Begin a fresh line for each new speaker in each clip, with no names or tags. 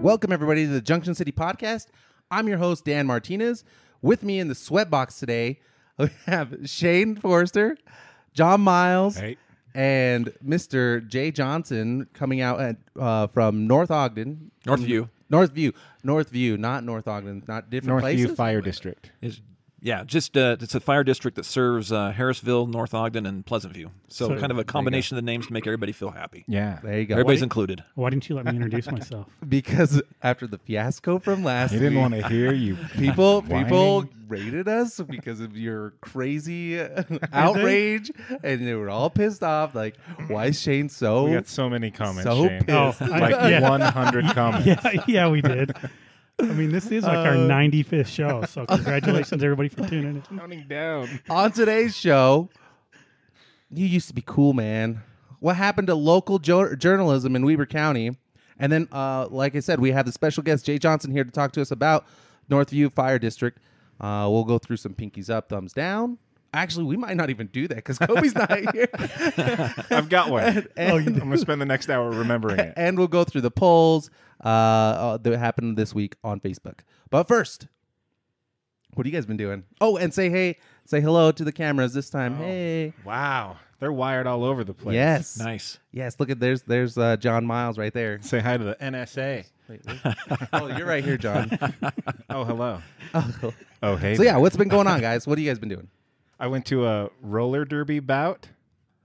Welcome, everybody, to the Junction City Podcast. I'm your host, Dan Martinez. With me in the sweatbox today, we have Shane Forrester, John Miles,
Hey.
and Mr. Jay Johnson coming out at, uh, from North Ogden.
Northview.
Northview. Northview, not North Ogden, not different places.
Northview Fire District.
Is yeah, just uh, it's a fire district that serves uh, Harrisville, North Ogden, and Pleasant View. So, kind of a combination of the names to make everybody feel happy.
Yeah.
There you go.
everybody's included.
Why didn't you let me introduce myself?
because after the fiasco from last
They didn't
week,
want to hear you.
people
whining.
people rated us because of your crazy outrage and they were all pissed off like why is shane so
We got so many comments,
So
Shane.
pissed. Oh,
like
I- yeah.
100 comments.
yeah, yeah, we did. I mean, this is like our 95th show, so congratulations everybody for tuning in.
Counting down.
on today's show you used to be cool man what happened to local jo- journalism in weber county and then uh, like i said we have the special guest jay johnson here to talk to us about northview fire district uh, we'll go through some pinkies up thumbs down actually we might not even do that because kobe's not here
I've got one. Oh, I'm going to spend the next hour remembering it.
and we'll go through the polls uh, uh, that happened this week on Facebook. But first, what have you guys been doing? Oh, and say hey, say hello to the cameras this time. Hey,
Wow. They're wired all over the place.
yes,
Nice.
yes. Look at there's there's uh, John Miles right there.
Say hi to the NSA.
oh, you're right here, John.
Oh, hello.
Oh.
Oh, hey.
So yeah, what's been going on, guys? What have you guys been doing?
I went to a roller derby bout.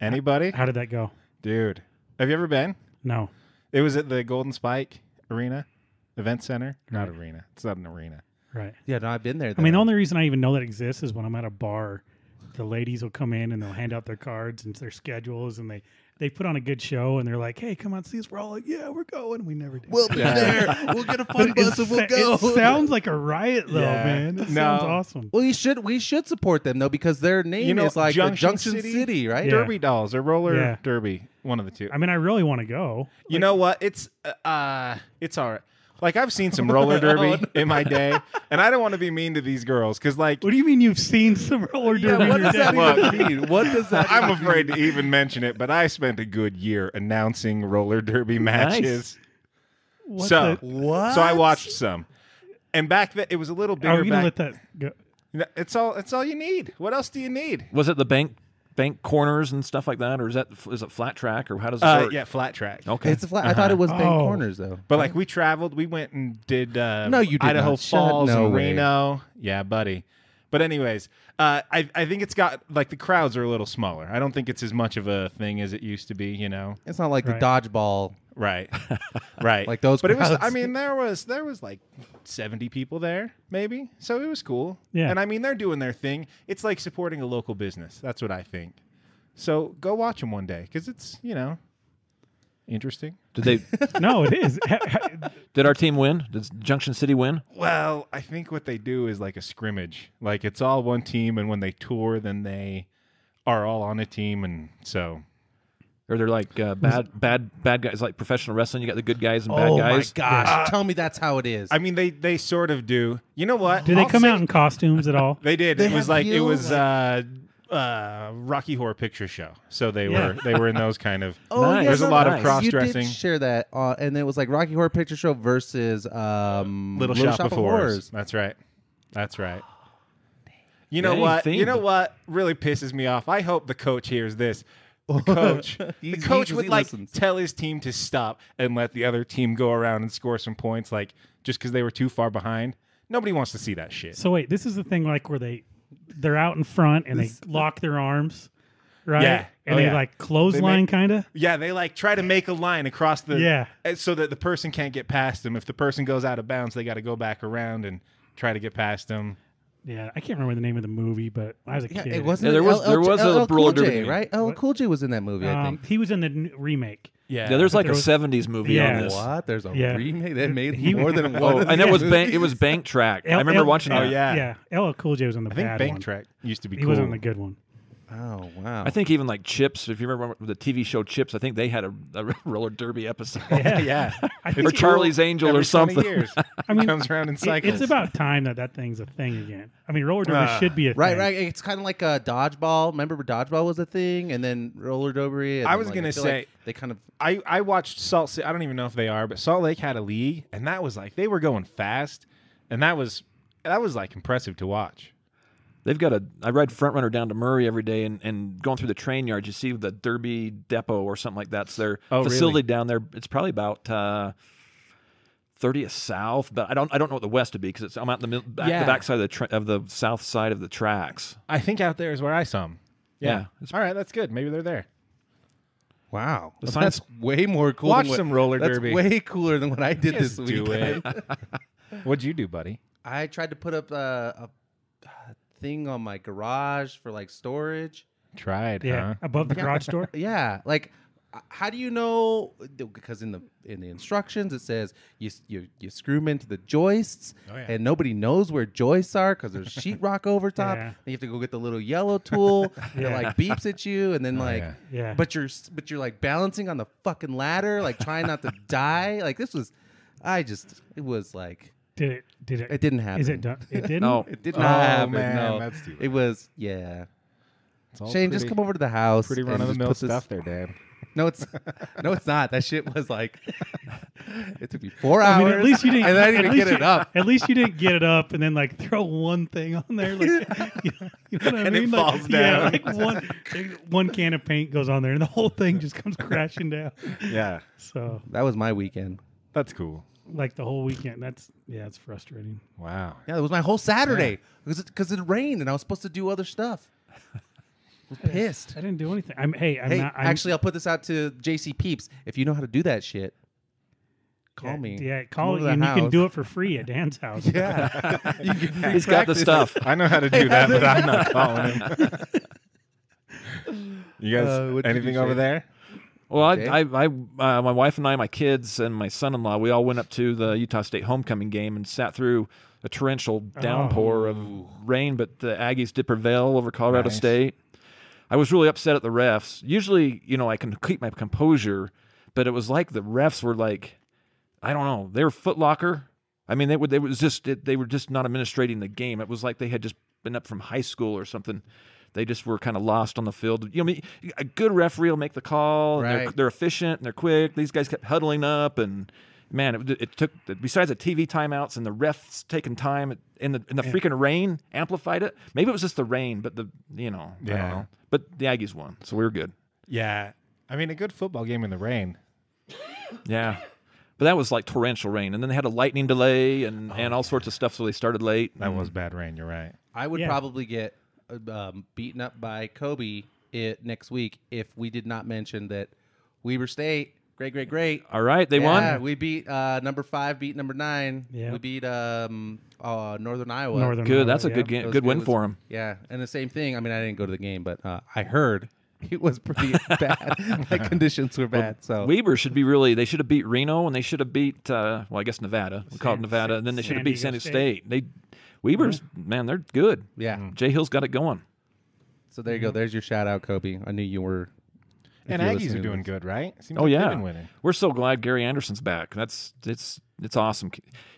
Anybody?
How did that go?
Dude. Have you ever been?
No.
It was at the Golden Spike Arena Event Center. Not arena. It's not an arena.
Right.
Yeah, no, I've been there.
I mean, the
though.
only reason I even know that exists is when I'm at a bar, the ladies will come in and they'll hand out their cards and their schedules, and they they put on a good show, and they're like, "Hey, come on, see us." We're all like, "Yeah, we're going." We never do.
we'll be there. We'll get a fun
But it
bus and we'll
sa-
go.
It sounds like a riot, though,
Yeah.
man. It
No.
sounds awesome.
well, you should we should support them though because their name
You know,
is like Junction,
Junction
Junction City,
City?
right?
Yeah.
Derby dolls or roller
Yeah.
derby. One of the two.
I mean, I really want to go.
You know what? It's uh, uh it's all right. Like I've seen some
Oh,
roller derby in my day, and I don't want to be mean to these girls because like
What do you mean you've seen some roller
Yeah,
derby?
what
your
does that
dad?
Look.
even mean? What does that?
I'm afraid to even mention it, but I spent a good year announcing roller derby matches.
What
So
the-
What?
so I watched some, and back then it was a little bigger.
are we gonna
Back,
let that go?
No, It's all it's all you need. What else do you need?
Was it the bank bank corners and stuff like that, or is that is it flat track, or how does it
Uh,
work?
yeah, flat track.
Okay.
It's a flat. I thought it was Bank
Oh.
Corners though.
But like we traveled, we went and did uh,
No, you did
Idaho
not. Shut-
Falls
no
and
way.
Reno. Yeah, buddy. But anyways, uh, I I think it's got like the crowds are a little smaller. I don't think it's as much of a thing as it used to be. You know,
It's not like
Right.
the dodgeball.
right, right.
Like those
But it was. I
crowds.
mean, there was there was like seventy people there, maybe. So it was cool.
Yeah.
And I mean, they're doing their thing. It's like supporting a local business. That's what I think. So go watch them one day because it's you know interesting.
did they?
No, it is. Ha- ha-
did our team win? Did Junction City win?
Well, I think what they do is like a scrimmage. Like it's all one team, and when they tour, then they are all on a team, and so
Or they're like uh, bad bad bad guys, like professional wrestling. You got the good guys and bad guys.
Oh my gosh! Tell me that's how it is.
I mean they they sort of do. You know what?
Do they
I'll
come
say-
out in costumes at all?
They did.
They
it was
have
like it
heels,
was uh, uh, Rocky Horror Picture Show. So they
Yeah.
were they were in those kind of.
oh,
Nice.
yeah,
There's a lot of
nice.
cross-dressing.
You did share that, uh, and it was like Rocky Horror Picture Show versus um,
Little, Shop, of Horrors. That's right. That's right. You know
Dang,
what?
think-
You know what really pisses me off. I hope the coach hears this. The coach, the
He's-
coach
he-
would
he
like
listens.
tell his team to stop and let the other team go around and score some points, like just because they were too far behind. Nobody wants to see that shit.
So wait, this is the thing like where they they're out in front and they lock their arms, right?
Yeah.
And
Oh,
they
yeah.
like clothesline kind of.
Yeah, they like try to make a line across the
Yeah.
eh, so that the person can't get past them. If the person goes out of bounds, they got to go back around and try to get past them.
Yeah, I can't remember the name of the movie, but I was a
Yeah,
kid.
it wasn't.
Yeah, there was-
LL
there was a
LL Cool
roller derby
J,
game.
right? LL Cool J was in that movie. I
Um,
think.
he was in the n- remake.
Yeah,
Yeah, there's like
There
a
was-
'70s movie
Yeah.
on this.
What? There's a
Yeah.
remake that made
He-
more than
Oh,
one. of
and it
these
was bank.
movies.
It was Bank Track. I
L-
remember
L-
watching
Oh,
that.
yeah.
yeah. LL Cool J was on the
I think
bad
Bank
one.
Track used to be
He
cool.
was on the good one.
Oh wow!
I think even like Chips, if you remember the TV show Chips, I think they had a, a roller derby episode.
Yeah.
yeah.
I
or
think it-
Charlie's Angel
Every 20
or something.
Years,
I mean,
comes around in
it-
cycles.
it's about time that that thing's a thing again. I mean, roller derby
Ah.
should be a
right,
thing.
right. It's kind of like a dodgeball. Remember, dodgeball was a thing, and then roller derby. and
I
then,
was
like,
gonna
feel
say-
like they kind of
I, I watched Salt City. I don't even know if they are, but Salt Lake had a league, and that was like they were going fast, and that was that was like impressive to watch.
They've got a. I ride front runner down to Murray every day, and, and going through the train yard, you see the Derby Depot or something like that's their
Oh, really?
facility down there. It's probably about uh, thirtieth south, but I don't I don't know what the west would be because I'm out in the middle, back,
Yeah.
the back side of the tra- of the south side of the tracks.
I think out there is where I saw them.
Yeah.
Yeah. All right, that's good. Maybe they're there.
wow.
science-
That's way more cool.
Watch
than what,
some roller
that's
derby.
Way cooler than what I did this
Just do
weekend.
it. What'd you do, buddy?
I tried to put up uh, a, a thing on my garage for like storage.
Tried,
Yeah,
huh?
above the garage door.
Yeah, like uh, how do you know? Because in the in the instructions it says you s- you, you screw them into the joists,
Oh, yeah.
and nobody knows where joists are because there's sheetrock over top.
Yeah.
And you have to go get the little yellow tool that
Yeah.
like beeps at you, and then like.
Oh, yeah.
Yeah.
But you're s- but you're like balancing on the fucking ladder, like trying not to die. Like this was, I just it was like
Did it? Did it?
it didn't happen.
Is it done? Hmm. It didn't.
No,
It did not
Oh,
happen.
man,
no.
that's too bad.
It was yeah.
It's all
Shane, just
pretty-
come over to the house.
Pretty
and
run of the mill
just put this-
stuff there, Dad.
no, it's no, it's not. That shit was like it took me four
I
hours.
mean, at least you didn't.
And I
at
didn't even
least
get
you-
it up.
At least you didn't get it up and then like throw one thing on there, like you know, you know what I
And it
mean? Like,
falls
Yeah,
down.
like one one can of paint goes on there, and the whole thing just comes crashing down.
Yeah,
So
That was my weekend.
that's cool.
like the whole weekend, that's yeah, it's frustrating.
Wow.
Yeah, it was my whole Saturday because it, rained and I was supposed to do other stuff. I'm pissed.
I didn't do anything. I'm hey, I'm
hey,
not I'm,
actually, I'll put this out to JC Peeps. If you know how to do that shit, call
yeah,
me.
Yeah,
Come
call
over
it,
to the
and you can
house.
do it for free at Dan's house.
Yeah, You can free
he's got the
practice.
stuff.
I know how to do that, but I'm not calling him. you guys,
Uh, what'd you
anything
do,
over
Shane?
there?
Well, I,
Okay.
I, I uh, my wife and I, my kids, and my son-in-law, we all went up to the Utah State homecoming game and sat through a torrential downpour
Oh.
of rain. But the Aggies did prevail over Colorado
Nice.
State. I was really upset at the refs. Usually, you know, I can keep my composure, but it was like the refs were like, I don't know, they were footlocker. I mean, they would they was just it, they were just not administrating the game. It was like they had just been up from high school or something. They just were kind of lost on the field. You know, I mean, a good referee will make the call. and they're,
Right.
they're efficient and they're quick. These guys kept huddling up, and man, it, it took. Besides the TV timeouts and the refs taking time in the in the freaking rain amplified it. Maybe it was just the rain, but the you know, I
Yeah.
don't know. But the Aggies won, so we were good.
Yeah, I mean, a good football game in the rain.
Yeah. But that was like torrential rain, and then they had a lightning delay and, and all sorts of stuff, so they started late.
That was bad rain. You're right.
I would
Yeah.
probably get uh, um, beaten up by Kobe it next week if we did not mention that Weber State, great, great, great.
All right, they
Yeah,
won.
we beat uh, number five, beat number nine.
Yeah.
We beat um, uh, Northern Iowa.
Northern
Good.
Iowa,
That's a
yeah.
good
It
game.
was
Good win
It was-
for them.
Yeah, and the same thing. I mean, I didn't go to the game, but uh, I heard it was pretty bad. like conditions were bad. So
Weber should be really. They should have beat Reno, and they should have beat. Uh, well, I guess Nevada. We call it
San-
Nevada, and then they
San
should have beat
Diego
San Diego
State. Mm.
State. They, Weber's man, they're good.
yeah,
Jay Hill's got it going.
so there you go. There's your shout out, Kobe. I knew you were.
And
you're
Aggies
listening
are
to
doing
this.
good, right? Seems
Oh
like they've
yeah,
been winning.
we're so glad Gary Anderson's back. That's it's it's awesome.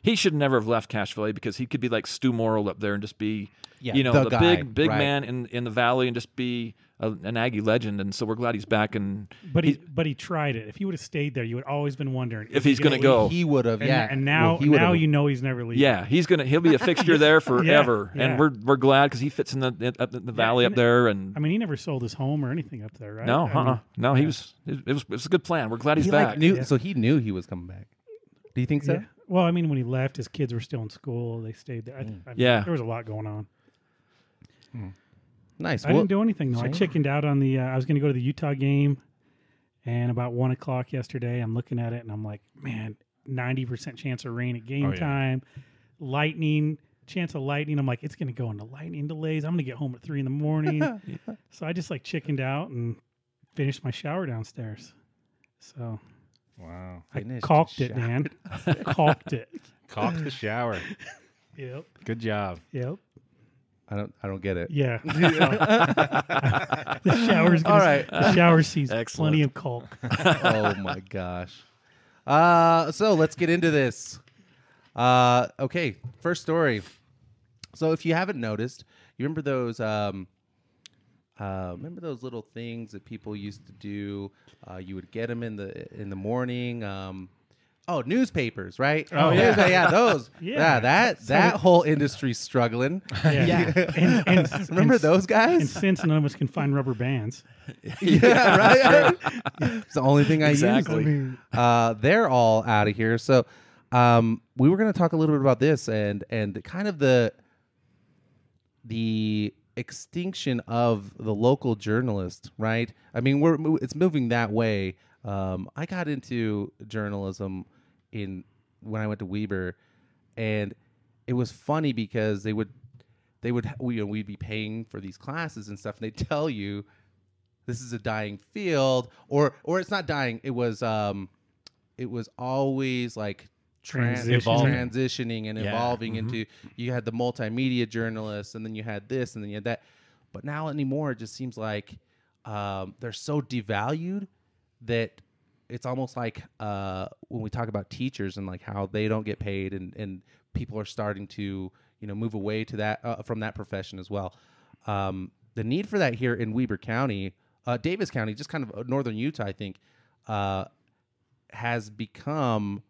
He should never have left Cashville because he could be like Stu Morrill up there and just be,
Yeah,
you know,
the
the,
guy,
big big
right.
man in in the valley and just be a, an Aggie legend. And so we're glad he's back. And
But he, but he tried it. If he would have stayed there, you would always been wondering
If
he
he's gonna
leave.
go. Oh.
He would have.
And,
Yeah.
and now
Well, he
now
would've-
you know he's never leaving.
yeah, he's gonna he'll be a fixture there forever.
yeah.
And we're we're glad because he fits in the in, up in the valley up
and-
there. And
I mean, he never sold his home or anything up there, right?
no,
I
uh,
mean,
uh no, he was it, it was it was a good plan. We're glad he's
He
back.
like, knew.
Yeah.
So he knew he was coming back. Do you think so?
yeah. Well, I mean, when he left, his kids were still in school. They stayed
Mm.
there. I, I mean,
Yeah.
there was a lot going on.
Nice.
I
Well-
didn't do anything though. I
same.
chickened out on the. Uh, I was going to go to the Utah game, and about one o'clock yesterday, I'm looking at it and I'm like, man, ninety percent chance of rain at game
Oh, yeah.
time, lightning chance of lightning. I'm like, it's going to go into lightning delays. I'm going to get home at three in the morning. so I just like chickened out and finished my shower downstairs. So
Wow.
Finished
I caulked it,
shower.
man. caulked it.
Cocked the shower.
Yep.
Good job.
Yep.
I don't. I don't get it.
Yeah. the shower's gonna,
All right.
The shower sees
Excellent.
plenty of cold.
oh my gosh. Uh, so let's get into this. Uh, okay, first story. So if you haven't noticed, you remember those um, uh, remember those little things that people used to do. Uh, you would get them in the in the morning. Um, oh, newspapers, right?
Oh, yeah.
Newspa- yeah, those.
Yeah.
yeah. that that whole industry's struggling.
Yeah. And, and,
Remember
and-
those
And
guys?
since none of us can find rubber bands,
yeah, right. it's the only thing I use.
Exactly.
uh, they're all out of here. So um, we were going to talk a little bit about this and and kind of the the extinction of the local journalist, right? I mean, we're mo- it's moving that way. Um, I got into journalism in when I went to Weber, and it was funny because they would they would we, you know, we'd be paying for these classes and stuff, and they would tell you this is a dying field, or or it's not dying. It was um, it was always like. tran-
Transitioning. Evolving.
transitioning and
Yeah. Mm-hmm.
evolving into you had the multimedia journalists and then you had this and then you had that but now anymore it just seems like um, they're so devalued that it's almost like uh, when we talk about teachers and like how they don't get paid and, and people are starting to you know move away to that uh, from that profession as well um, the need for that here in weber county uh, davis county just kind of northern utah i think uh, has become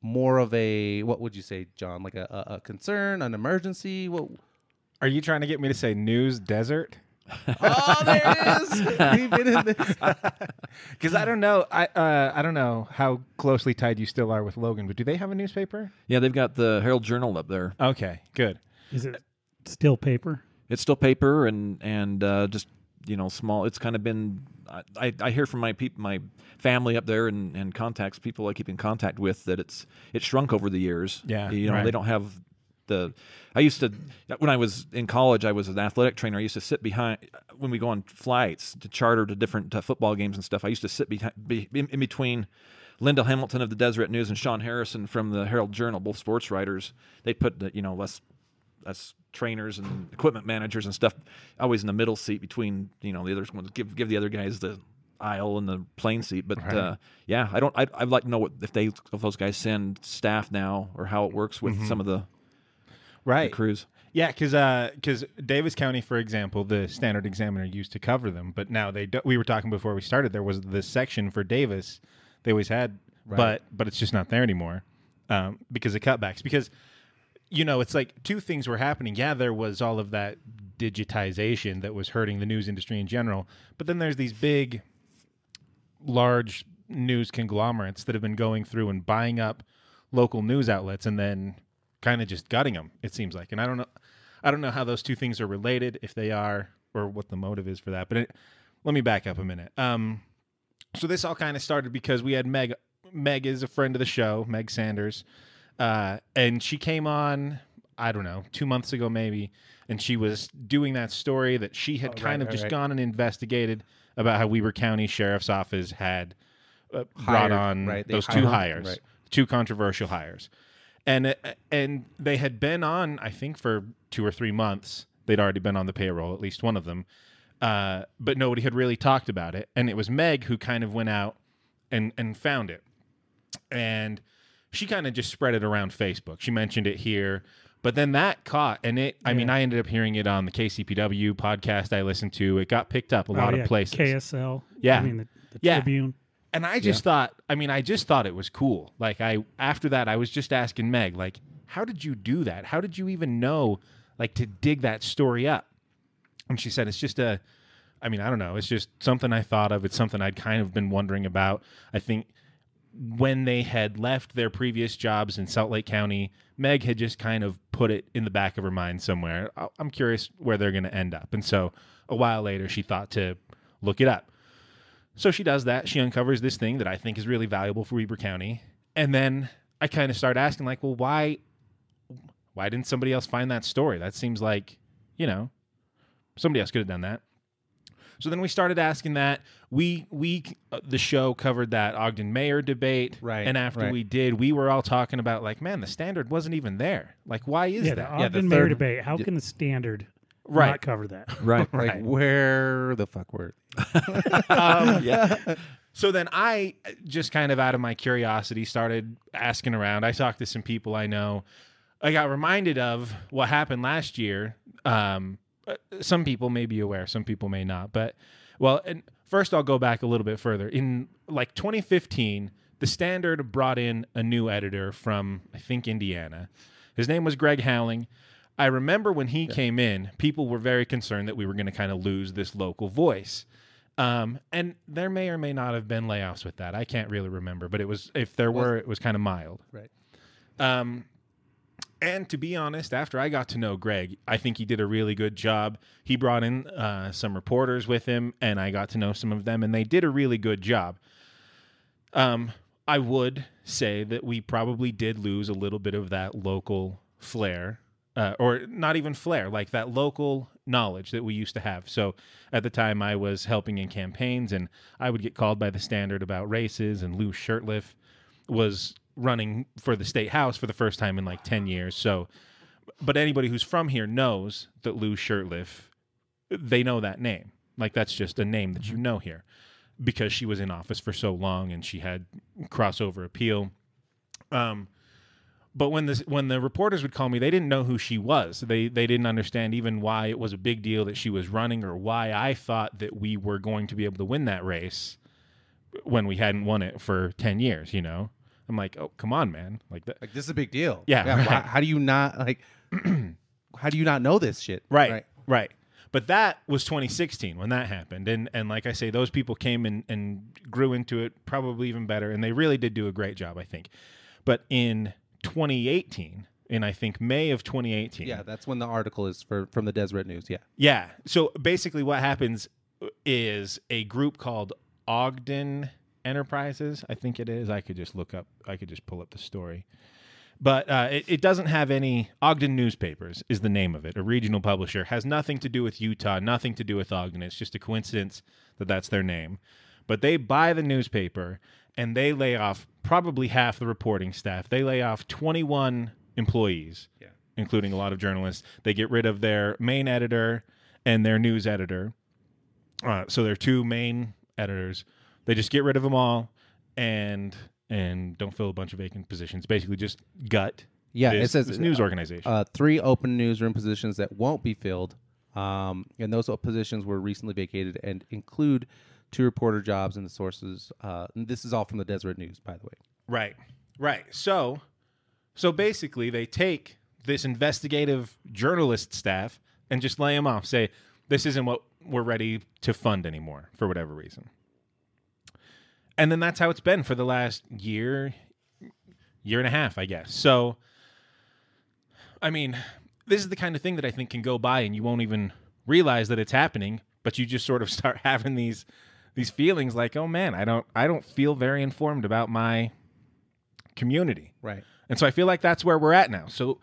more of a what would you say, John? Like a, a, a concern, an emergency? What?
Are you trying to get me to say news desert?
Oh, there it is. We've been in this.
Because I don't know, I uh, I don't know how closely tied you still are with Logan, but do they have a newspaper?
Yeah, they've got the Herald Journal up there.
Okay, good.
is it still paper?
It's still paper and and uh, just you know small. It's kind of been. I- I, I hear from my peop, my family up there and, and contacts people I keep in contact with that it's it's shrunk over the years.
Yeah,
you know
right.
they don't have the. I used to when I was in college I was an athletic trainer. I used to sit behind when we go on flights to charter to different uh, football games and stuff. I used to sit behind be, in, in between. Linda Hamilton of the Deseret News and Sean Harrison from the Herald Journal, both sports writers, they put the, you know less us trainers and equipment managers and stuff always in the middle seat between you know the other ones give give the other guys the aisle and the plane seat but uh, yeah i don't I'd, I'd like to know what if they if those guys send staff now or how it works with
Mm-hmm.
some of the, the
Right.
crews
Yeah, because Davis County, for example, the Standard Examiner used to cover them, but now they do, we were talking before we started. There was this section for Davis they always had, but but it's just not there anymore um, because of cutbacks. Because you know, it's like two things were happening. Yeah, there was all of that digitization that was hurting the news industry in general, but then there's these big large news conglomerates that have been going through and buying up local news outlets and then kind of just gutting them it seems like and i don't know i don't know how those two things are related if they are or what the motive is for that but it, let me back up a minute um so this all kind of started because we had meg meg is a friend of the show meg sanders uh and she came on i don't know two months ago maybe and she was doing that story that she had kind
Oh,
of
right,
just
right.
gone and investigated about how Weber County Sheriff's Office had uh,
Hired,
brought on
right, they
those two
hired,
hires,
right.
two controversial hires, and uh, and they had been on I think for two or three months. They'd already been on the payroll, at least one of them, uh, but nobody had really talked about it. And it was Meg who kind of went out and and found it and she kind of just spread it around Facebook. She mentioned it here, but then that caught, and it. I mean, I ended up hearing it on the KCPW podcast I listened to. It got picked up a lot
oh, yeah.
of places,
KSL.
Yeah.
I mean, the, the
Yeah.
Tribune.
and I just thought. I mean, I just thought it was cool. Like I after that, I was just asking Meg, like, how did you do that? How did you even know, like, to dig that story up? And she said, it's just a. I mean, I don't know. It's just something I thought of. It's something I'd kind of been wondering about. I think when they had left their previous jobs in Salt Lake County, Meg had just kind of put it in the back of her mind somewhere. I- I'm curious where they're going to end up. And so a while later, she thought to look it up. So she does that. She uncovers this thing that I think is really valuable for Weber County. And then I kind of start asking, like, well, why, why didn't somebody else find that story? That seems like, you know, somebody else could have done that. So then we started asking that. We we uh, the show covered that Ogden Mayer debate,
Right,
And after
right.
we did, we were all talking about like, man, the standard wasn't even there. Like, why is
yeah, the
that?
Ogden
Yeah, the
Mayer
third-
debate. How can the standard
Right.
not cover that?
Right.
Like where the fuck were?
Um,
yeah.
So then I uh, just kind of out of my curiosity started asking around. I talked to some people I know. I got reminded of what happened last year. Um, uh, some people may be aware, some people may not. But well, and first I'll go back a little bit further. In like 2015, the Standard brought in a new editor from I think Indiana. His name was Greg Howling. I remember when he came in, people were very concerned that we were going to kind of lose this local voice. Um, and there may or may not have been layoffs with that. I can't really remember, but it was if there were, it was kind of mild.
Right.
Um, and to be honest, after I got to know Greg, I think he did a really good job. He brought in uh, some reporters with him, and I got to know some of them, and they did a really good job. Um, I would say that we probably did lose a little bit of that local flair, uh, or not even flair, like that local knowledge that we used to have. So at the time, I was helping in campaigns, and I would get called by the standard about races, and Lou Shirtliff was running for the state house for the first time in like 10 years. So, but anybody who's from here knows that Lou Shirtliff, they know that name. Like that's just a name that you know here because she was in office for so long and she had crossover appeal. Um, but when this when the reporters would call me, they didn't know who she was. They they didn't understand even why it was a big deal that she was running or why I thought that we were going to be able to win that race when we hadn't won it for 10 years, you know. I'm like, "Oh, come on, man." Like that
Like this is a big deal.
Yeah,
why-
right.
how do you not like? how do you not know this shit?
Right, right. But that was 2016 when that happened, and and like I say, those people came and and grew into it probably even better, and they really did do a great job, I think. But in 2018, in I think May of 2018,
Yeah, that's when the article is for from the Deseret News. Yeah.
yeah. So basically, what happens is a group called Ogden Enterprises, I think it is. I could just look up, I could just pull up the story. But uh, it, it doesn't have any. Ogden Newspapers is the name of it, a regional publisher. Has nothing to do with Utah, nothing to do with Ogden. It's just a coincidence that that's their name. But they buy the newspaper and they lay off probably half the reporting staff. They lay off 21 employees including a lot of journalists. They get rid of their main editor and their news editor. Uh, so their two main editors, they just get rid of them all and and don't fill a bunch of vacant positions. Basically, just gut.
Yeah,
this,
it says-
this news organization.
Uh, three open newsroom positions that won't be filled, um, and those positions were recently vacated and include two reporter jobs and the sources. Uh, and this is all from the Deseret News, by the way.
Right. Right. So so basically they take this investigative journalist staff and just lay them off. Say this isn't what we're ready to fund anymore for whatever reason. And then that's how it's been for the last year year and a half, I guess. So I mean, this is the kind of thing that I think can go by and you won't even realize that it's happening, but you just sort of start having these these feelings like, "Oh man, I don't I don't feel very informed about my community."
Right.
And so I feel like that's where we're at now. So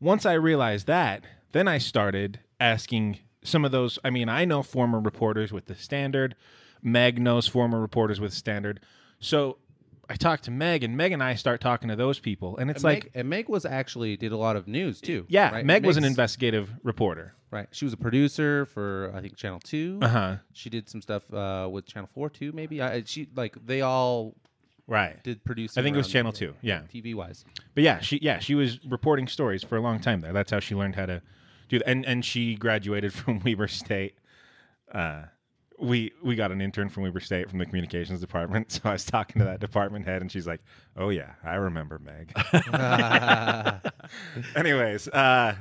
once I realized that, then I started asking some of those. I mean, I know former reporters with the Standard. Meg knows former reporters with Standard. So I talked to Meg, and Meg and I start talking to those people, and
And
it's like,
Uh, Meg, and Meg was actually did a lot of news too.
yeah,
right?
Meg was an
Meg's-
investigative reporter.
Right. She was a producer for I think Channel 2
Uh huh.
She did some stuff uh, with Channel Four too, maybe. I, she like they all
Right.
did produce.
I think it was Channel Two. Yeah.
TV wise.
But yeah, she yeah she was reporting stories for a long time there. That's how she learned how to do that. And and she graduated from Weber State. Uh, we we got an intern from Weber State from the communications department. So I was talking to that department head, and she's like, "Oh yeah, I remember Meg." Anyways, uh,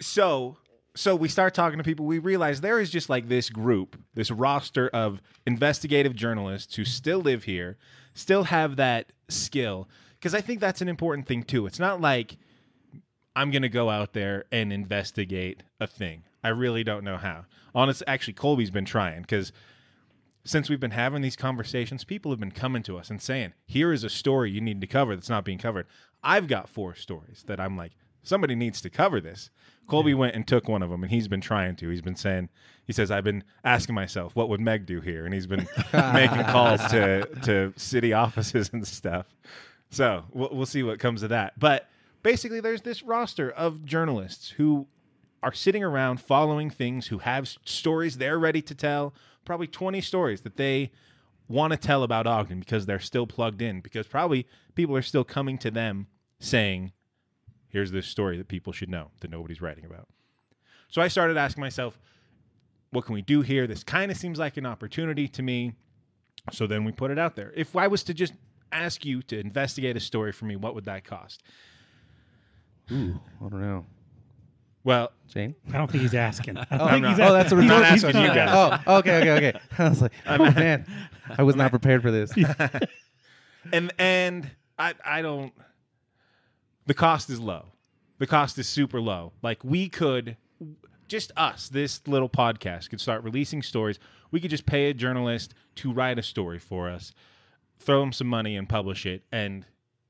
so so we start talking to people. We realize there is just like this group, this roster of investigative journalists who still live here, still have that skill. Because I think that's an important thing too. It's not like I'm gonna go out there and investigate a thing. I really don't know how. Honest, actually, Colby's been trying because since we've been having these conversations, people have been coming to us and saying, "Here is a story you need to cover that's not being covered." I've got four stories that I'm like, somebody needs to cover this. Colby went and took one of them, and he's been trying to. He's been saying, he says, I've been asking myself, what would Meg do here? And he's been making calls to to city offices and stuff. So we'll, we'll see what comes of that. But basically, there's this roster of journalists who are sitting around following things, who have s- stories they're ready to tell, probably 20 stories that they want to tell about Ogden because they're still plugged in, because probably people are still coming to them saying, here's this story that people should know that nobody's writing about. So I started asking myself, what can we do here? This kind of seems like an opportunity to me. So then we put it out there. If I was to just ask you to investigate a story for me, what would that cost?
Ooh, I don't know.
Well,
Jane?
I don't think he's asking. I don't
Oh,
think
not.
he's
oh, that's a
he's-
not
remote.
he's
asking you
not
guys.
Oh, okay, okay, okay. I was like, oh man, I was not prepared for this.
and and I I don't the cost is low. The cost is super low. Like we could just us, this little podcast could start releasing stories. We could just pay a journalist to write a story for us, throw them some money and publish it and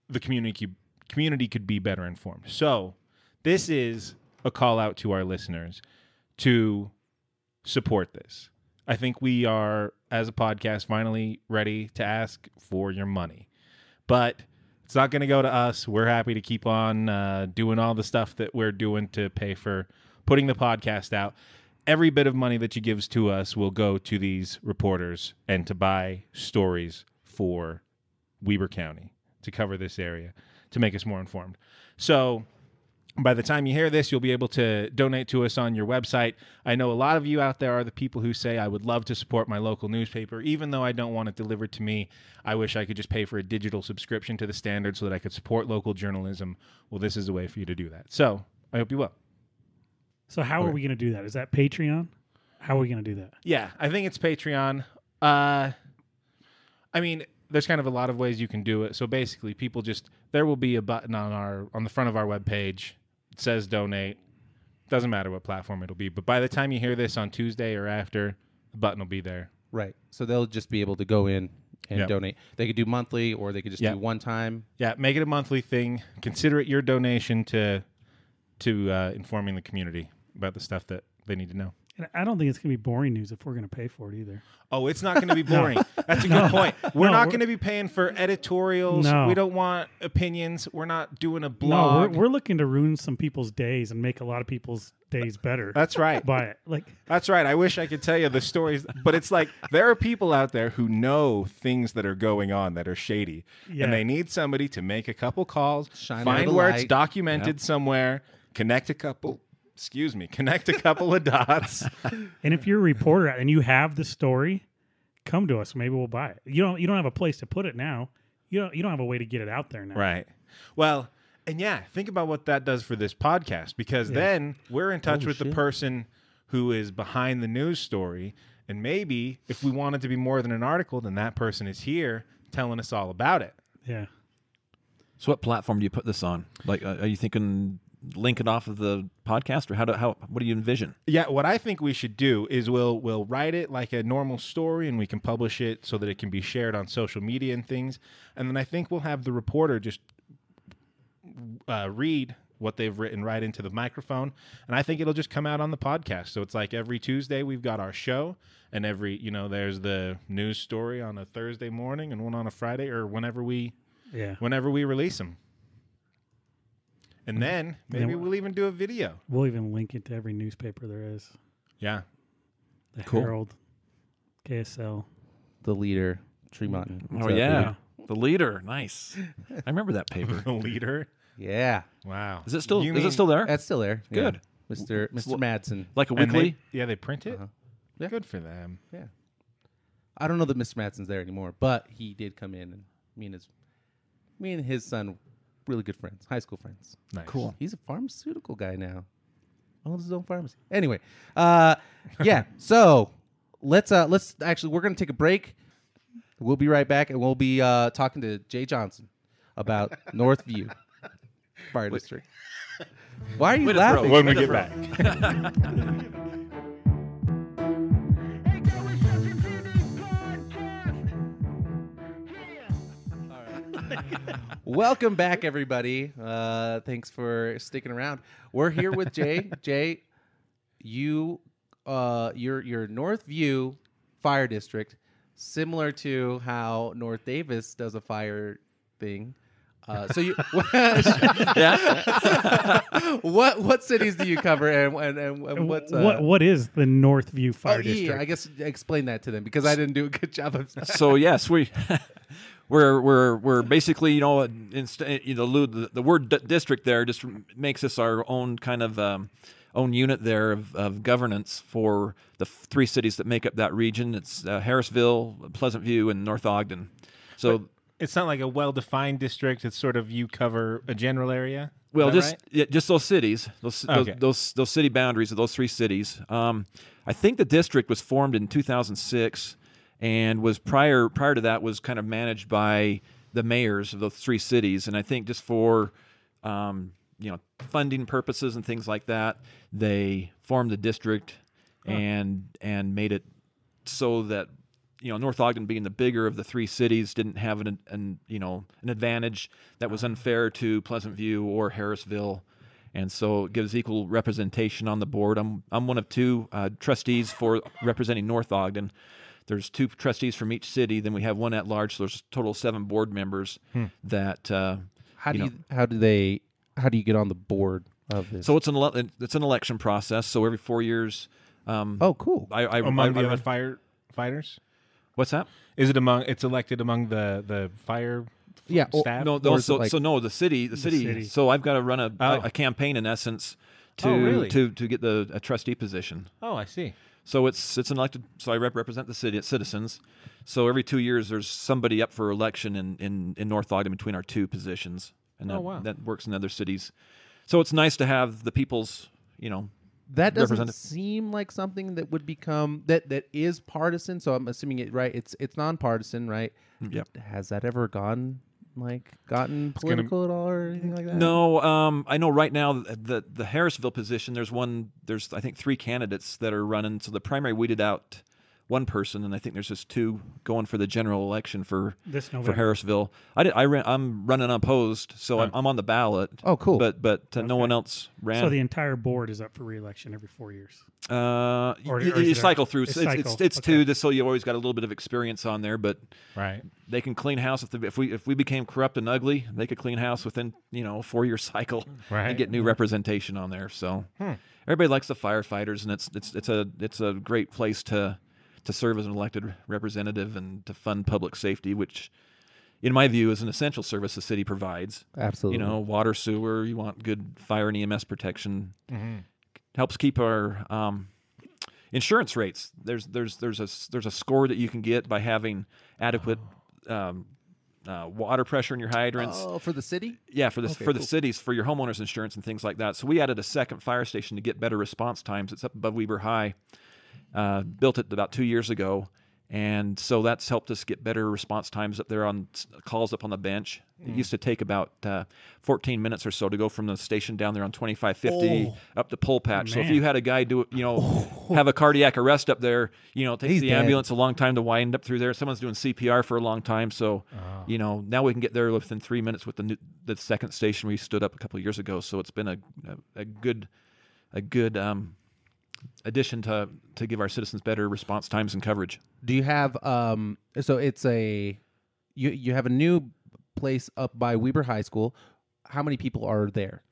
the community community could be better informed. So, this is a call out to our listeners to support this. I think we are, as a podcast, finally ready to ask for your money. But it's not going to go to us. We're happy to keep on uh, doing all the stuff that we're doing to pay for putting the podcast out. Every bit of money that you gives to us will go to these reporters and to buy stories for Weber County to cover this area to make us more informed. So by the time you hear this, you'll be able to donate to us on your website. I know a lot of you out there are the people who say, I would love to support my local newspaper, even though I don't want it delivered to me. I wish I could just pay for a digital subscription to the standard so that I could support local journalism. Well, this is a way for you to do that. So I hope you will.
So how are we going to do that? Is that Patreon? How are we going to do that?
Yeah, I think it's Patreon. Uh, I mean, there's kind of a lot of ways you can do it. So basically, people just there will be a button on our on the front of our webpage. It says donate. Doesn't matter what platform it'll be, but by the time you hear this on Tuesday or after, the button will be there.
Right. So they'll just be able to go in and
Yep.
donate. They could do monthly or they could just
Yep.
do one time.
Yeah, make it a monthly thing. Consider it your donation to to uh, informing the community about the stuff that they need to know.
And I don't think it's going to be boring news if we're going to pay for it either.
Oh, it's not going to be boring. That's a good point. We're
No,
not
we're-
going to be paying for editorials.
No.
We don't want opinions. We're not doing a
No, we're,
blog.
we're looking to ruin some people's days and make a lot of people's days better
That's right.
by it. Like,
That's right. I wish I could tell you the stories, but it's like there are people out there who know things that are going on that are shady,
Yeah.
and they need somebody to make a couple calls,
Shine a
find
little
where it's
light.
documented somewhere, connect a couple. Excuse me. Connect a couple of dots.
and if you're a reporter and you have the story, come to us. Maybe we'll buy it. You don't. You don't have a place to put it now. You don't. You don't have a way to get it out there now.
Right. Well, and yeah, think about what that does for this podcast because then we're in touch with the person who is behind the news story. And maybe if we want it to be more than an article, then that person is here telling us all about it.
Yeah.
So, what platform do you put this on? Like, uh, are you thinking link it off of the podcast, or how do how what do you envision?
Yeah, what I think we should do is we'll we'll write it like a normal story and we can publish it so that it can be shared on social media and things. And then I think we'll have the reporter just uh, read what they've written right into the microphone, and I think it'll just come out on the podcast. So it's like every Tuesday we've got our show, and every you know there's the news story on a Thursday morning and one on a Friday or whenever we
Yeah.
whenever we release them. And then
then
maybe
we-
we'll even do a video.
We'll even link it to every newspaper there is.
Yeah.
The
Cool.
Herald, KSL.
The leader, Tremonton.
Oh
What's up,
yeah, the leader. Nice. I remember that paper.
The leader.
dude? Yeah.
Wow.
Is it still
You
is it
mean-
still there?
That's still there. Yeah.
Good.
Mr. Mr. Madsen.
like a
And
weekly? Uh-huh.
They, yeah, they print it.
Yeah.
Good for them.
Yeah. I don't know that Mr. Madsen's there anymore, but he did come in and me and his me and his son really good friends, high school friends.
Nice.
Cool.
He's a pharmaceutical guy now. Owns his own pharmacy. Anyway, uh, yeah. so let's uh, let's actually we're gonna take a break. We'll be right back, and we'll be uh, talking to Jay Johnson about Northview Fire District. Why are you
Way to
laughing?
throw.
When we get back.
Ain't that what Sesame TV podcast? Yeah.
All right. Welcome back, everybody. Uh, thanks for sticking around. We're here with Jay. Jay, you, uh, your your Northview Fire District, similar to how North Davis does a fire thing. Uh, so you, what what cities do you cover, and and, and, and what's, uh,
what what is the Northview
Oh,
Fire
yeah,
District?
I guess explain that to them because I didn't do a good job of
so yes, we we're we're we're basically you know inst- you know lu- the, the word d- district there just makes us our own kind of um, own unit there of, of governance for the f- three cities that make up that region. It's uh, Harrisville, Pleasant View, and North Ogden. So.
It's not like a well-defined district. It's sort of you cover a general area.
Well,
Is that
just
right?
yeah, just those cities, those,
Okay.
those those those city boundaries of those three cities. Um, I think the district was formed in 2006, and was prior prior to that was kind of managed by the mayors of those three cities. And I think just for um, you know funding purposes and things like that, they formed the district and and made it so that you know North Ogden being the bigger of the three cities didn't have an, an you know an advantage that was unfair to Pleasant View or Harrisville, and so it gives equal representation on the board. I'm I'm one of two uh, trustees for representing North Ogden. There's two trustees from each city. Then we have one at large. So there's a total of seven board members that. Uh,
Hmm. how do
you
you,
know-
how do they how do you get on the board of this?
so it's an ele- it's an election process. So every four years, um,
oh, cool.
I, I,
among
I-
the
I-
other firefighters.
what's that?
Is it among? It's elected among the the fire.
Yeah, or-
Staff?
No,
Or
no
is it
so,
like-
so no, the city, the city,
city.
So I've got to run a,
Oh.
a, a campaign in essence to
Oh, really?
to to get the a trustee position.
Oh, I see.
So it's it's an elected. So I rep- represent the city, citizens. So every two years, there's somebody up for election in in, in North Ogden between our two positions, and
Oh,
that,
wow.
that works in other cities. So it's nice to have the people's, you know,
that doesn't
represented-
seem like something that would become that that is partisan. So I'm assuming it right. It's it's nonpartisan, right?
Yep.
Has that ever gone like gotten political at all or anything like that?
No, um, I know right now th- the the Harrisville position. There's one. There's I think three candidates that are running. So the primary weeded out one person, and I think there's just two going for the general election for
This
for
November.
Harrisville. I did, I ran, I'm running unopposed, so I'm, I'm on the ballot.
Oh, cool.
But but uh, no one else ran.
So the entire board is up for reelection every four years.
uh,
Or- or
you,
is
you
it a-
cycle through.
it's
It's it's, it's,
cycle,
it's
okay.
two. Just so you always got a little bit of experience on there, but
Right.
they can clean house if, the, if we if we became corrupt and ugly, they could clean house within you know a four year cycle
Right.
and get new representation on there. So everybody likes the firefighters, and it's it's it's a it's a great place to to serve as an elected representative and to fund public safety, which in my view is an essential service the city provides.
absolutely.
You know, water, sewer. You want good fire and EMS protection.
Mm-hmm.
Helps keep our um, insurance rates. There's there's there's a s- there's a score that you can get by having adequate um, uh, water pressure in your hydrants.
oh, for the city.
Yeah, for the
Okay,
for the
cool.
cities for your homeowners insurance and things like that. So we added a second fire station to get better response times. It's up above Weber High. Uh, built it about two years ago, and so that's helped us get better response times up there on s- calls up on the bench. It used to
Mm.
take about uh, 14 minutes or so to go from the station down there on
Oh.
2550 up to pole patch. So if
Man.
you had a guy do it, you know, have a cardiac arrest up there, you know, it takes
He's
the
dead.
ambulance a long time to wind up through there. Someone's doing CPR for a long time, so
Uh-huh.
you know now we can get there within three minutes with the new, the second station we stood up a couple of years ago. So it's been a a, a good a good um, addition to to give our citizens better response times and coverage.
Do you have um? So it's a you you have a new place up by Weber High School. How many people are there?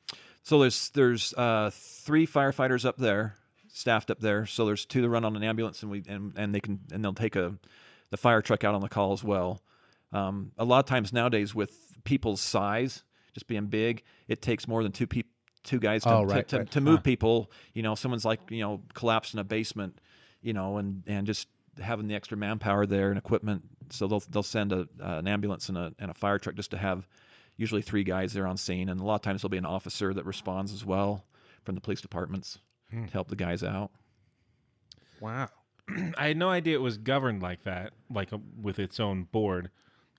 So there's there's uh, three firefighters up there, staffed up there. So there's two that run on an ambulance, and we and, and they can and they'll take a the fire truck out on the call as well. Um, a lot of times nowadays, with people's size just being big, it takes more than two people, two guys to
Oh,
to-
right,
to,
right.
to move people. You know, someone's like you know collapsed in a basement, you know, and and just having the extra manpower there and equipment, so they'll they'll send a, uh, an ambulance and a and a fire truck just to have usually three guys there on scene, and a lot of times there'll be an officer that responds as well from the police departments
Hmm.
to help the guys out.
Wow.
I had no idea it was governed like that, like uh, with its own board.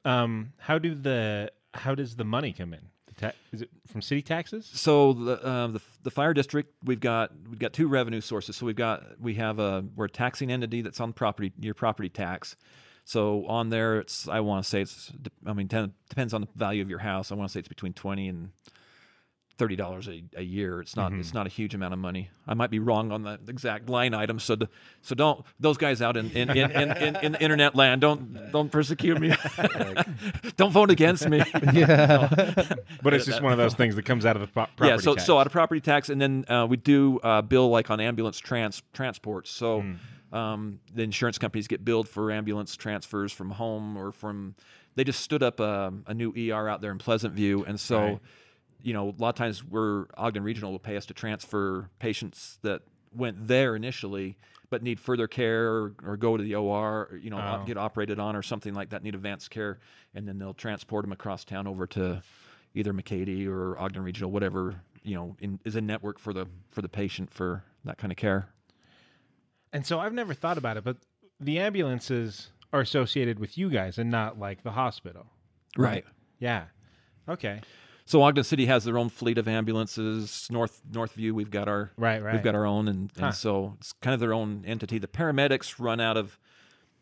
Um, how do the how does the money come in? The ta- is it from city taxes?
So the, uh, the the fire district, we've got we've got two revenue sources. So we've got we have a we're a taxing entity that's on property your property tax. So on there, it's I want to say it's I mean ten, depends on the value of your house. I want to say it's between twenty and thirty dollars a, a year. It's not it's not a huge amount of money. I might be wrong on the exact line item. So the, so don't those guys out in in, in, in, in in internet land don't don't persecute me. don't vote against me.
But it's just one of those things that comes out of the pro- property
yeah, so
tax.
so out of property tax, and then uh, we do uh, bill like on ambulance trans transports. So
Hmm.
um, the insurance companies get billed for ambulance transfers from home or from. They just stood up a, a new ER out there in Pleasant View, and so
Right.
you know a lot of times we're Ogden Regional will pay us to transfer patients that went there initially but need further care or, or go to the OR, or, you know,
Oh.
op- get operated on or something like that, need advanced care, and then they'll transport them across town over to either McCady or Ogden Regional, whatever you know in, is a network for the for the patient for that kind of care.
and so I've never thought about it, but the ambulances are associated with you guys and not like the hospital.
Right.
Yeah. Okay.
So Ogden City has their own fleet of ambulances. North Northview, we've got our
Right, right.
we've got our own, and, and
Huh.
so it's kind of their own entity. The paramedics run out of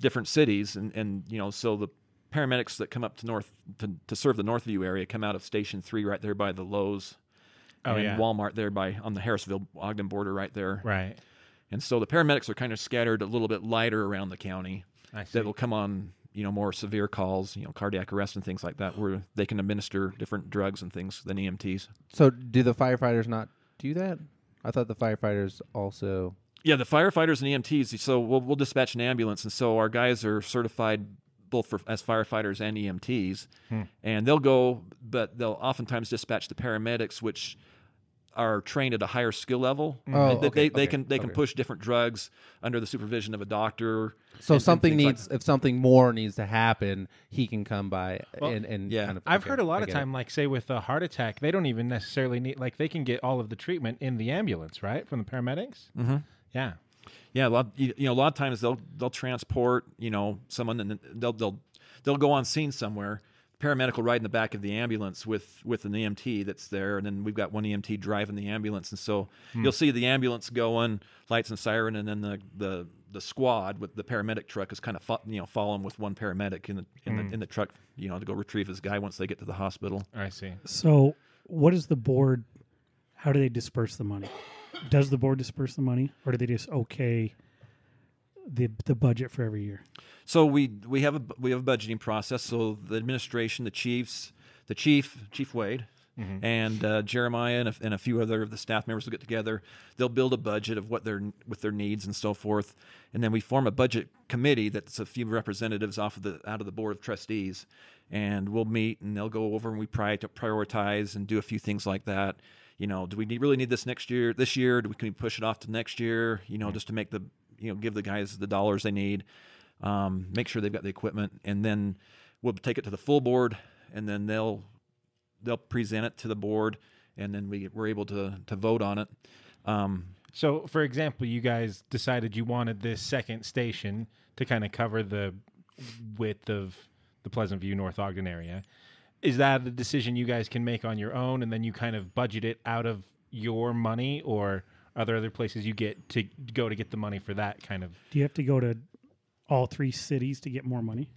different cities, and, and you know, so the paramedics that come up to North to, to serve the Northview area come out of Station Three, right there by the Lowe's.
Oh,
and
yeah.
Walmart there by on the Harrisville Ogden border right there.
Right.
And so the paramedics are kind of scattered a little bit lighter around the county
I see.
that will come on, you know, more severe calls, you know, cardiac arrest and things like that, where they can administer different drugs and things than E EMTs.
So do the firefighters not do that? I thought the firefighters also.
Yeah, the firefighters and EMTs. So we'll, we'll dispatch an ambulance, and so our guys are certified both for as firefighters and EMTs,
Hmm.
and they'll go, but they'll oftentimes dispatch the paramedics, which are trained at a higher skill level.
Oh,
they,
okay,
they, they
okay,
can they can
okay.
push different drugs under the supervision of a doctor.
So
and- and
something
things like
needs if something more needs to happen, he can come by
Well,
and and
yeah.
Kind of,
I've
okay,
heard a lot
I
of
get
time, like say with a heart attack, they don't even necessarily need like they can get all of the treatment in the ambulance, right, from the paramedics. Mm-hmm. Yeah.
Yeah, a lot. You you know, a lot of times they'll they'll transport you know someone and then they'll they'll they'll go on scene somewhere. Paramedic will ride in the back of the ambulance with with an EMT that's there, and then we've got one EMT driving the ambulance, and so you'll see the ambulance going, lights and siren, and then the the the squad with the paramedic truck is kind of fo- you know following with one paramedic in the in, the in the truck, you know, to go retrieve his guy once they get to the hospital.
I see.
So, what is the board? How do they disperse the money? Does the board disperse the money, or do they just okay the the budget for every year?
So we we have a bu- we have a budgeting process. So the administration, the chiefs, the chief, Chief Wade, and uh, Jeremiah, and a, and a few other of the staff members will get together. They'll build a budget of what their with their needs and so forth, and then we form a budget committee that's a few representatives off of the out of the board of trustees, and we'll meet and they'll go over and we pri- to prioritize and do a few things like that. You know, do we need, really need this next year? This year, do we can we push it off to next year? You know, just to make the you know give the guys the dollars they need um, make sure they've got the equipment, and then we'll take it to the full board, and then they'll they'll present it to the board, and then we we're able to to vote on it. Um,
So, for example, you guys decided you wanted this second station to kind of cover the width of the Pleasant View North Ogden area. Is that a decision you guys can make on your own, and then you kind of budget it out of your money, or are there other places you get to go to get the money for that kind of?
Do you have to go to all three cities to get more money?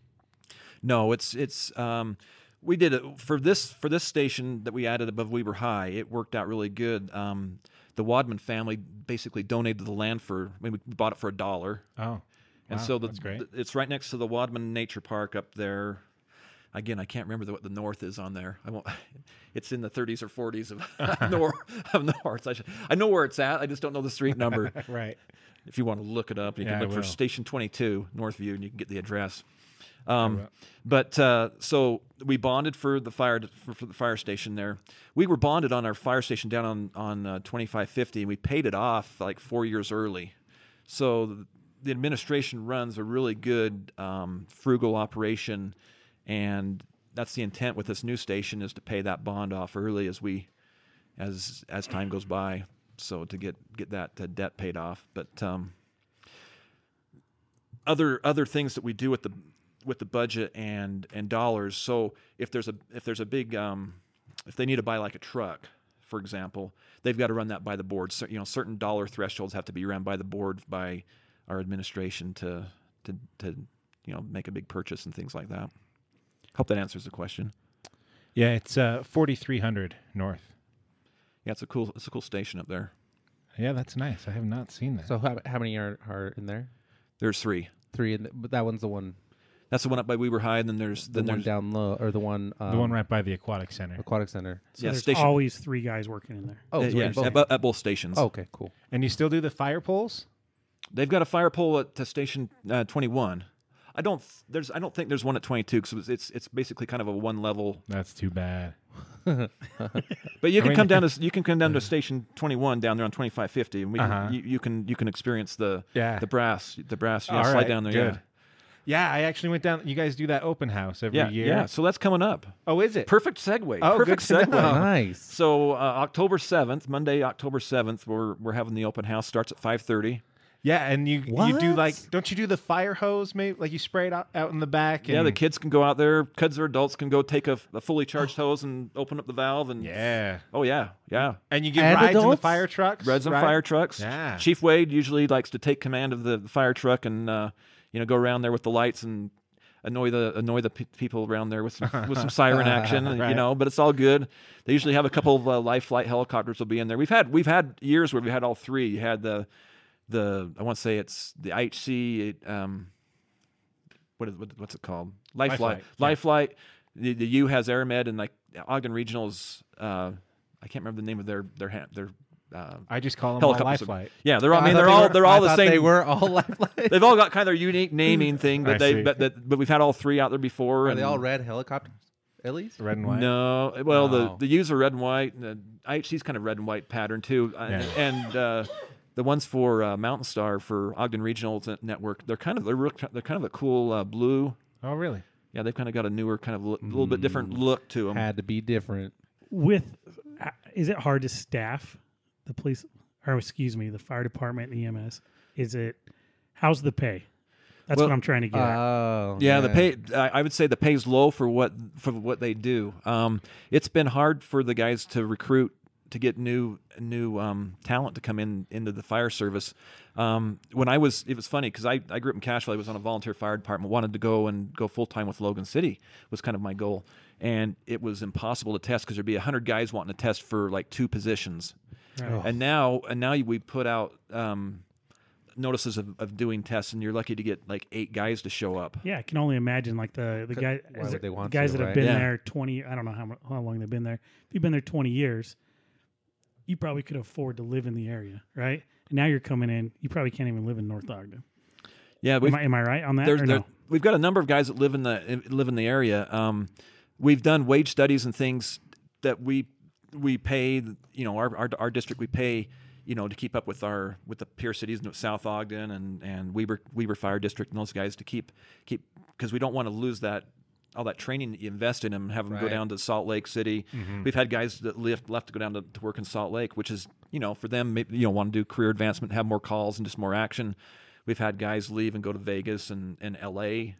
no, it's it's um, we did it for this for this station that we added above Weber High. It worked out really good. Um, the Wadman family basically donated the land for I mean, we bought it for a dollar.
Oh,
And
Wow,
so the,
that's great.
th- it's right next to the Wadman Nature Park up there. Again, I can't remember the, what the north is on there. I won't. It's in the 30s or 40s of north. Of north. I, should, I know where it's at. I just don't know the street number.
right.
if you want to look it up, you
Yeah, I
can look for
will.
Station 22 Northview, and you can get the address. Um, but uh, so we bonded for the fire for, for the fire station there. We were bonded on our fire station down on on uh, 2550, and we paid it off like four years early. So the, the administration runs a really good um, frugal operation, and that's the intent with this new station is to pay that bond off early as we as as time goes by. So to get get that uh, debt paid off, but um, other other things that we do with the with the budget and and dollars. So if there's a if there's a big um, if they need to buy like a truck, for example, they've got to run that by the board. So you know certain dollar thresholds have to be run by the board by our administration to to to you you know make a big purchase and things like that. Hope that answers the question.
Yeah, it's uh, 4300 north.
Yeah, it's a cool it's a cool station up there.
Yeah, that's nice. I have not seen that.
So how, how many are, are in there?
There's three.
Three, in the, but that one's the one,
That's the one up by Weaver High, and then there's
the
then
one
there's
down low, or the one, um,
the one right by the aquatic center.
aquatic center.
So
Yeah,
there's
station-
always three guys working in there.
Oh,
uh,
it's right
yeah,
above.
at, bo- at both stations.
Oh, okay, cool.
And you still do the fire poles?
They've got a fire pole at uh, station uh, 21. I don't th- there's I don't think there's one at 22 because it's it's basically kind of a one level.
That's too bad.
But you can
mean-
come down to s- you can come down to station 21 down there on 2550, and we can,
Uh-huh.
you, you can you can experience the
Yeah.
the brass the brass yeah,
All
slide
right,
down there
good. Yeah, I actually went down. You guys do that open house every
yeah yeah
year.
yeah. So that's coming up.
Oh, is it?
Perfect segue.
Oh, good
perfect
to know.
segue.
Nice.
So uh, October 7th, Monday, October 7th, we're we're having the open house starts at 5:30.
yeah, and you you do
What?
like don't you do the fire hose? Maybe like you spray it out, out in the back. And,
Yeah, the kids can go out there. Kids or adults can go take a, a fully charged hose and open up the valve. And
Yeah,
oh yeah, yeah.
and you give
And
rides in the
adults?
fire trucks.
Reds on
right?
fire trucks.
Yeah.
Chief Wade usually likes to take command of the, the fire truck and uh, you know go around there with the lights and annoy the annoy the pe- people around there with some with some siren action. You
Right.
know, but it's all good. They usually have a couple of uh, life flight helicopters will be in there. We've had we've had years where we had all three. You had the the I want to say it's the IHC. Um, what is what, what's it called? Life flight.
Lifelight, yeah.
Life flight. The, the U has Airmed and like Ogden Regionals. Uh, I can't remember the name of their their ha- their. Uh,
I just call them all life
helicopters.
light.
Yeah, they're all. I mean,
thought
they're
they
all
were-
they're
I
all the
thought
same.
They were all lifelike.
They've all got kind of their unique naming thing, but
I
they
see.
but that but we've had all three out there before.
Are
and
they all red helicopters? At least.
Red and white.
No, well
No.
the the U's are red and white. And the IHC's kind of red and white pattern too, Uh,
Yeah.
and uh, the ones for uh, Mountain Star for Ogden Regional T- Network, they're kind of they're real, they're kind of a cool uh, blue.
Oh, really?
Yeah, they've kind of got a newer kind of look, a little bit
Hmm.
different look to them.
Had to be different.
With, uh, is it hard to staff the police, or excuse me, the fire department and EMS? Is it, how's the pay? That's
Well,
what I'm trying to get at.
Oh.
Yeah, the pay. I I would say the pay's low for what for what they do. Um, it's been hard for the guys to recruit to get new new um, talent to come in into the fire service. Um, when I was, it was funny because I, I grew up in Cashville. I was on a volunteer fire department. Wanted to go and go full time with Logan City was kind of my goal, and it was impossible to test because there'd be hundred guys wanting to test for like two positions.
Right.
And now, and now we put out um, notices of, of doing tests, and you're lucky to get like eight guys to show up.
Yeah, I can only imagine like the the guy,
why
is
would
it-
they want
the guys
to,
that have
right?
been
Yeah.
there twenty. I don't know how mu- how long they've been there. If you've been there twenty years, you probably could afford to live in the area, right? And now you're coming in, you probably can't even live in North Ogden.
Yeah, we've
Am I, am I right on that?
there's
or
there-
no?
we've got a number of guys that live in the live in the area. Um, we've done wage studies and things that we we pay. You know, our, our our district we pay. You know, to keep up with our with the peer cities, in South Ogden and and Weber Weber Fire District and those guys to keep keep because we don't want to lose that all that training that you invest in them, have them go
Right. Mm-hmm.
down to Salt Lake City. We've had guys that left left to go down to, to work in Salt Lake, which is you know for them maybe, you know want to do career advancement, have more calls and just more action. We've had guys leave and go to Vegas and, and L.A.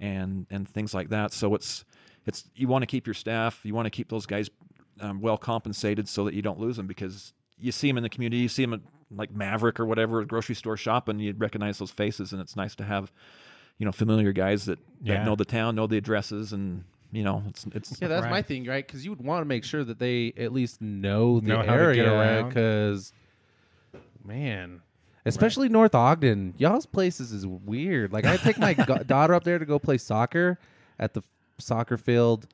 and and things like that. So it's it's you want to keep your staff, you want to keep those guys um, well compensated so that you don't lose them because you see them in the community, you see them at like Maverick or whatever grocery store shopping, you recognize those faces, and it's nice to have you know familiar guys that, that
Yeah.
know the town, know the addresses, and you know it's it's
Yeah, that's my
Right.
thing, right? Because you would want to make sure that they at least know the
Know how to get
area,
around.
because man, especially North Ogden, y'all's places is weird. Like I take my go- daughter up there to go play soccer at the soccer field.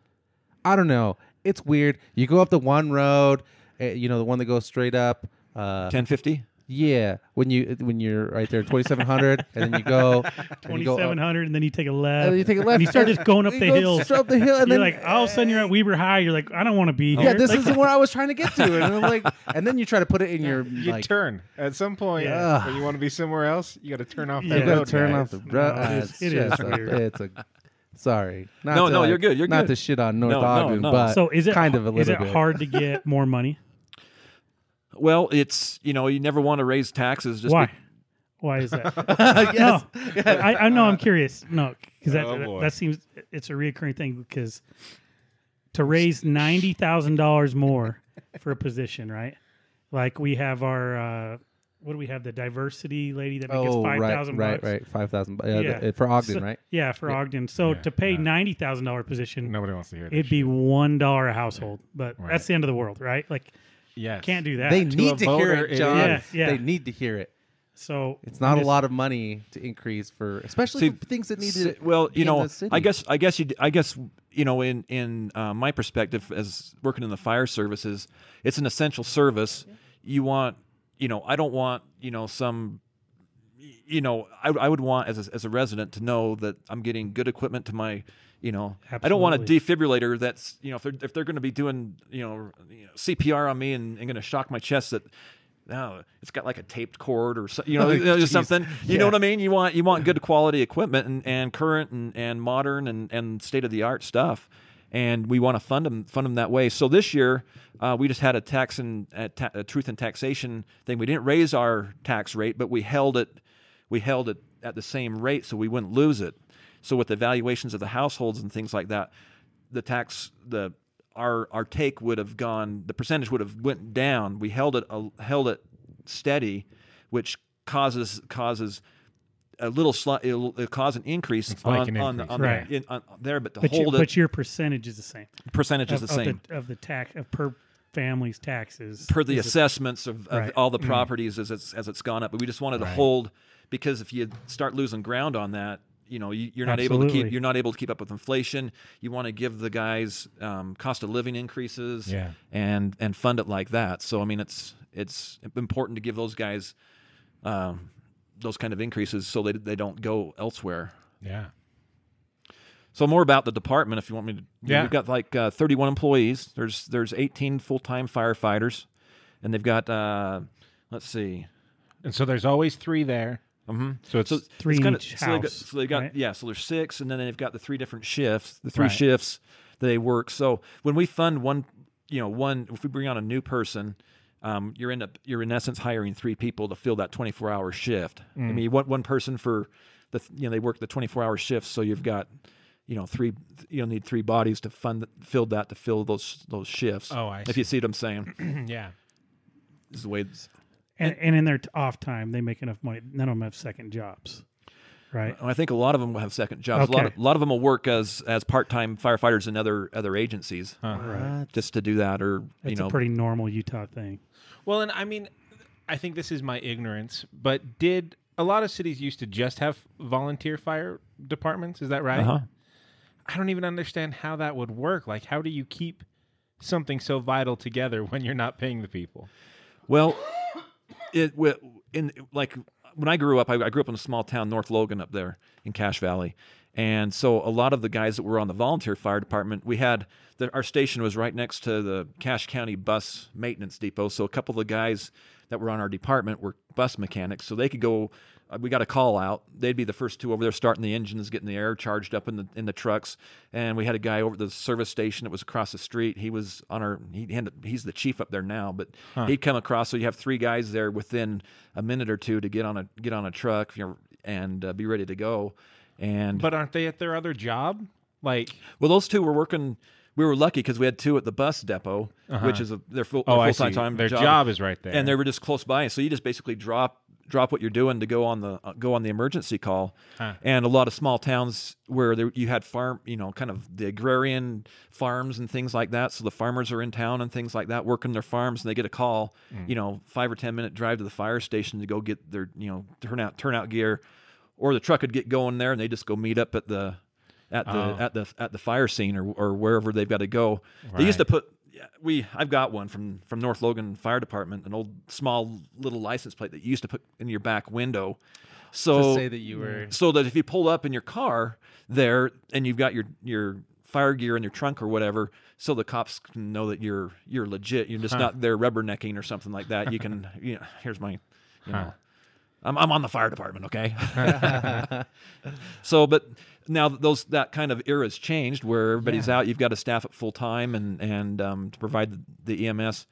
I don't know. It's weird. You go up the one road, eh, you know, the one that goes straight up. Uh,
ten fifty.
yeah, when you when you're right there, twenty seven hundred, and then you go and you
Twenty
go up-
seven hundred, and then you take a left.
and Oh, you take a left,
And you start just going up
you
the
go
hill.
straight up the hill, and
you're
then
like, all of a sudden you're at Weber High. You're like, I don't want to be here.
Yeah, this
Like,
isn't where I was trying to get to, and I'm like, and then you try to put it in your
You
like,
turn at some point
Yeah.
when you want to be somewhere else. You got to turn off
You
that
you
Yeah.
gotta
road.
turn
guys.
off the bro.
No, it
ah,
is-
it's
it is
just a-
weird.
it's a sorry. Not
No,
to,
no,
like-
you're good, you're
not to
good.
shit on North
No, no,
Ogden,
no.
but
so is it
kind of a little
is it
bit.
hard to get more money?
Well, it's you know you never want to raise taxes. Just
Why?
be-
Why is that?
yes.
No, I, I know. I'm curious. No, because that,
Oh,
that
boy.
that seems it's a reoccurring thing. Because to raise ninety thousand dollars more for a position, right? Like we have our uh, what do we have? The diversity lady that gets
Oh,
five
right,
thousand
right,
bucks.
right. Five thousand. Yeah,
Yeah.
the- for Ogden,
So-
right?
Yeah, for
Yeah.
Ogden. So
Yeah,
to pay
yeah.
ninety thousand dollar position,
Nobody wants to hear that.
it'd be one dollar a household. But
Right.
that's the end of the world, right? Like
yeah.
can't do that.
They
To
need
a
to hear
voter,
it,
it
John.
is. Yeah, yeah.
They need to hear it.
so
It's not
just-
a lot of money to increase for, especially
See,
for things that need
Si-
to.
well
be
you
in
know
the city.
i guess i guess you d- i guess you know in in uh, my perspective as working in the fire services it's an essential service you want you know i don't want you know some y- you know i, I would want as a, as a resident to know that i'm getting good equipment to my you know i don't want a
Absolutely.
defibrillator that's you know if they're, if they're going to be doing you know, you know cpr on me and, and going to shock my chest that no, it's got like a taped cord or so, you know,
Oh,
you know,
geez.
something. You know what I mean? You want you want good quality equipment and, and current and, and modern and, and state of the art stuff, and we want to fund them fund them that way. So this year, uh, we just had a tax and a ta- a truth and taxation thing. We didn't raise our tax rate, but we held it we held it at the same rate so we wouldn't lose it. So with the valuations of the households and things like that, the tax the our our take would have gone the percentage would have went down. We held it uh, held it steady, which causes causes a little slight it'll, it'll cause an increase
It's
on
like an
on, the-
increase,
on the-
right.
in- on- there, but to
But, you,
hold
but
it
your percentage is the same.
percentage is the
of,
same.
of the, of the tax of per family's taxes
per the
is the-
assessments of, of
Right. Mm.
all the properties as it's as it's gone up. But we just wanted to
Right.
hold because if you start losing ground on that, you know, you, you're not able to
Absolutely.
keep you're not able to keep up with inflation. You want to give the guys um, cost of living increases
Yeah.
and and fund it like that. So I mean, it's it's important to give those guys um, those kind of increases so they they don't go elsewhere.
Yeah.
So more about the department, if you want me to.
Yeah.
We've got like uh, 31 employees. There's there's 18 full time firefighters, and they've got uh, let's see,
And so there's always three there.
Mhm.
So it's
so
Three
it's
in
kinda-
each
so they've got,
house,
so they've got
right?
yeah. So there's six, and then they've got the three different shifts. The three
Right.
shifts that they work. So when we fund one, you know, one if we bring on a new person. Um, you're end up you're in essence hiring three people to fill that 24 hour shift. I mean, you want one person for the th- you know they work the 24 hour shifts, so you've got you know three you'll need three bodies to fund fill that to fill those those shifts.
Oh, I
if you see what I'm saying,
yeah.
this is the way.
and, and in their t- off time they make enough money none of them have second jobs right
I think a lot of them will have second jobs. A lot of,
Okay.
a lot of them will work as as part time firefighters in other other agencies
right
just to do that, or you
Uh-huh. it's
know,
a pretty normal utah thing
Well, and I mean, I think this is my ignorance, but did a lot of cities used to just have volunteer fire departments? Is that right?
Uh-huh.
I don't even understand how that would work. Like, how do you keep something so vital together when you're not paying the people?
Well, it wi- in like when I grew up, I, I grew up in a small town, North Logan, up there in Cache Valley, and so a lot of the guys that were on the volunteer fire department, we had the, our station was right next to the Cache County Bus Maintenance Depot, so a couple of the guys that were on our department were bus mechanics, so they could go. uh, We got a call out. They'd be the first two over there, starting the engines, getting the air charged up in the in the trucks. And we had a guy over at the service station that was across the street. He was on our. He had, he's the chief up there now, but he'd come across. So you have three guys there within a minute or two to get on a get on a truck, you know, and uh, be ready to go. And
But aren't they at their other job? Like,
well, those two were working. We were lucky because we had two at the bus depot, which is a, their full
Uh-huh. Oh, I
full time
see.
time.
Their
job.
job is right there.
and they were just close by. So you just basically drop drop what you're doing to go on the uh, go on the emergency call. And a lot of small towns where there, you had farm, you know, kind of the agrarian farms and things like that. So the farmers are in town and things like that, working their farms, and they get a call, you know, five or ten minute drive to the fire station to go get their you know turnout turnout gear, or the truck would get going there, and they just go meet up at the at the at the at the fire scene or or wherever they've got to go. They used to put yeah, we I've got one from from North Logan Fire Department, an old small little license plate that you used to put in your back window. So
to say that you were
so that if you pull up in your car there and you've got your your fire gear in your trunk or whatever, so the cops can know that you're you're legit. You're just not there rubbernecking or something like that. You can you know, here's my you know I'm I'm on the fire department, okay? so but now that those that kind of era's changed where everybody's out, you've got to staff it full time and and um, to provide the, the EMS.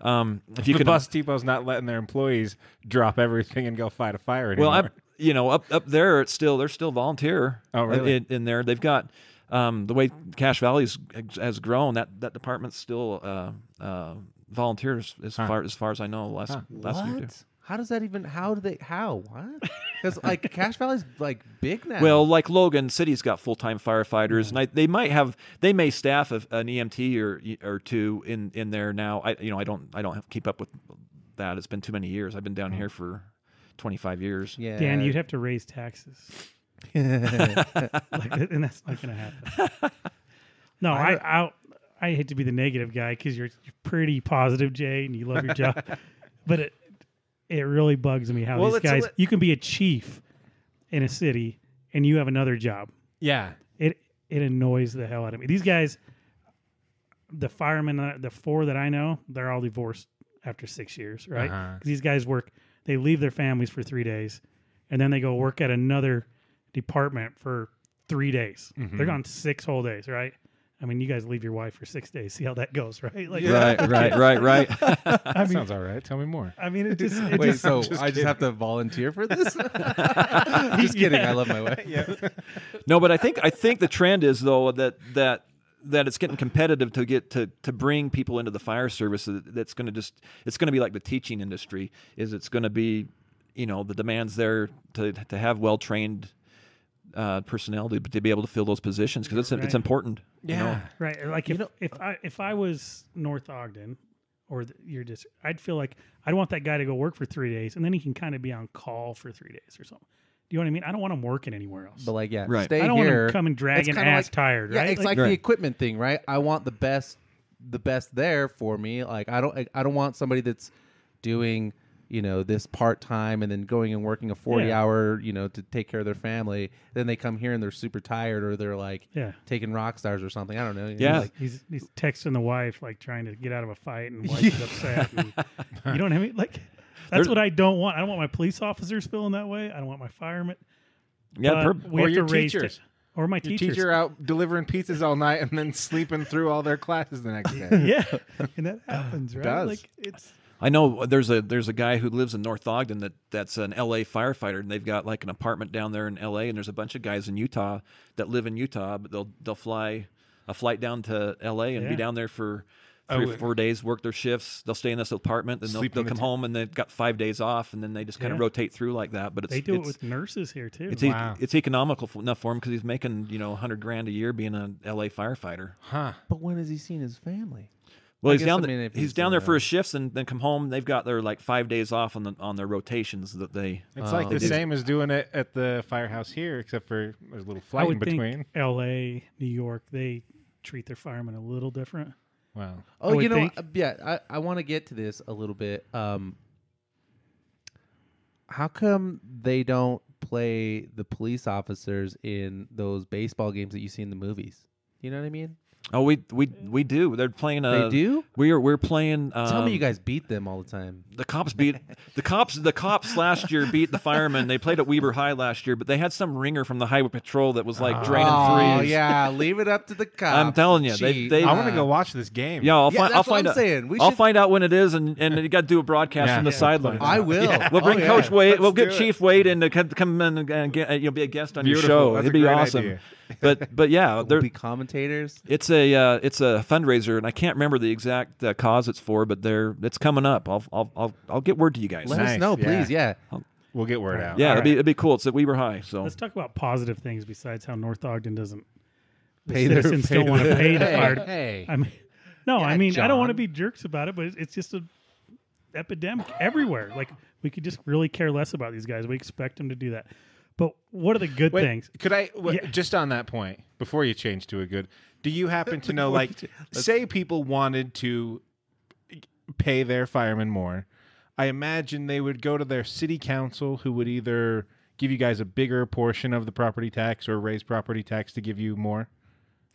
Um, if you
the
can
bus depot's not letting their employees drop everything and go fight a fire anymore.
Well, I, you know, up up there, it's still they're still volunteer. uh,
Oh, really?
In, in there, they've got um, the way Cache Valley's has grown. That that department's still uh, uh, volunteers as far as far as I know. Last last year, too.
How does that even? How do they? How what? Because like Cash Valley's like big now.
Well, like Logan, city's got full time firefighters, and I, they might have they may staff a, an EMT or or two in in there now. I you know I don't I don't have- keep up with that. It's been too many years. I've been down here for twenty five years.
yeah.
Dan, you'd have to raise taxes, like, and that's not going to happen. No, I, I, I hate to be the negative guy because you're, you're pretty positive, Jay, and you love your job, but it it really bugs me how
Well,
these
it's a
guys.
li-
you can be a chief in a city, and you have another job.
Yeah.
it it annoys the hell out of me. These guys, the firemen, uh, the four that I know, they're all divorced after six years, right?
Uh-huh.
'Cause These guys work, they leave their families for three days, and then they go work at another department for three days. They're gone six whole days, right? I mean, you guys leave your wife for six days, see how that goes, right? Like,
Right, right, right, right.
That sounds all right. Tell me more.
I mean, it just, it
Wait,
just
so
just
I just
kidding.
have to volunteer for this? just kidding. I love my wife.
No, but I think I think the trend is though that that that it's getting competitive to get to to bring people into the fire service that- that's going to just it's going to be like the teaching industry is it's going to be you know the demands there to to have well trained uh, personnel to, to be able to fill those positions because it's
Right.
it's important. you know?
Right. Like if, if I if I was North Ogden or the, you're just I'd feel like I'd want that guy to go work for three days and then he can kind of be on call for three days or something. Do you know what I mean? I don't want him working anywhere else.
But like, yeah,
Right.
stay
I don't
here.
want him coming dragging
kinda
ass
like-
tired,
yeah,
right?
it's like,
Like-
the
Right.
equipment thing, right? I want the best, the best there for me. Like, I don't, I don't want somebody that's doing, you know, this part time and then going and working a forty
Yeah.
hour, you know, to take care of their family. Then they come here and they're super tired, or they're like
Yeah.
taking rock stars or something. I don't know.
Yeah.
Like,
He's he's texting the wife like trying to get out of a fight and wife's upset. And you don't have any like that's
There-
what I don't want. I don't want my police officers feeling that way. I don't want my firemen.
Yeah,
But
per-
we
Or
have
your
to raise
teachers.
it. Or my
Your
teachers.
teacher out delivering pizzas all night and then sleeping through all their classes the next day.
yeah, and that happens, right?
does.
Like it's
I know there's a there's a guy who lives in North Ogden that that's an LA firefighter and they've got like an apartment down there in LA and there's a bunch of guys in Utah that live in Utah but they'll they'll fly a flight down to LA and be
Yeah.
down there for three
Oh,
or four days, work their shifts. They'll stay in this apartment, then they'll,
Sleep in
they'll
the
come
t-
home and they've got five days off, and then they just kind of
Yeah.
rotate through like that. But it's
they do it
it's,
with nurses here too.
it's,
Wow.
e- it's economical f- enough for him because he's making you know hundred grand a year being an LA firefighter.
Huh.
but when has he seen his family?
Well,
I
he's
guess,
down,
I
th-
mean, if
he's
he's
down
doing
there for
that.
his shifts and then come home. They've got their like five days off on the on their rotations that they.
It's like
Oh.
the
They do.
same as doing it at the firehouse here, except for there's a little
I
flight in
would
between.
think L.A., New York, they treat their firemen a little different.
Wow.
I
Oh,
would
you know,
think.
uh, yeah, I, I want to get to this a little bit. Um, how come they don't play the police officers in those baseball games that you see in the movies? You know what I mean?
Oh, we we we do. They're playing. Uh,
they do.
We are we're playing. Um,
Tell me, you guys beat them all the time.
The cops beat the cops. The cops last year beat the firemen. They played at Weber High last year, but they had some ringer from the highway patrol that was like draining
oh
threes.
yeah, leave it up to the cops.
telling you, they-
Jeez.
they-
I want to go watch this game.
Yeah, I'll,
Yeah, that's
find. I'll
what
find
I'm
out.
saying. We
I'll
should-
find out when it is, and and you got to do a broadcast
Yeah.
from the
Yeah.
sideline.
I will.
We'll bring
Oh, yeah.
Coach Wade. we'll
Let's
get
do it.
Chief Wade in to come, come in and get, uh, you'll be a guest on
Beautiful.
your show.
That's a
It'd be
great
awesome.
idea.
But but yeah,
We'll
there,
be commentators.
it's a uh, it's a fundraiser, and I can't remember the exact uh, cause it's for, but they're it's coming up. I'll I'll I'll, I'll get word to you guys.
Let us
Nice,
know,
yeah.
please. Yeah.
We'll get word out.
yeah,
All
it'd be
right.
it'd be cool. It's at Weber High, so
Let's talk about positive things besides how North Ogden doesn't the
Pay their-
citizens
pay
don't want to
their-
pay the
Hey,
fire.
hey.
I mean, no, I
Yeah,
mean I don't want to
John.
be jerks about it, but it's- it's just a epidemic everywhere. Like we could just really care less about these guys. We expect them to do that. But what are the good
Wait,
things?
Could I w-
Yeah.
just on that point before you change to a good? Do you happen to know, like, say people wanted to pay their firemen more? I imagine they would go to their city council, who would either give you guys a bigger portion of the property tax or raise property tax to give you more.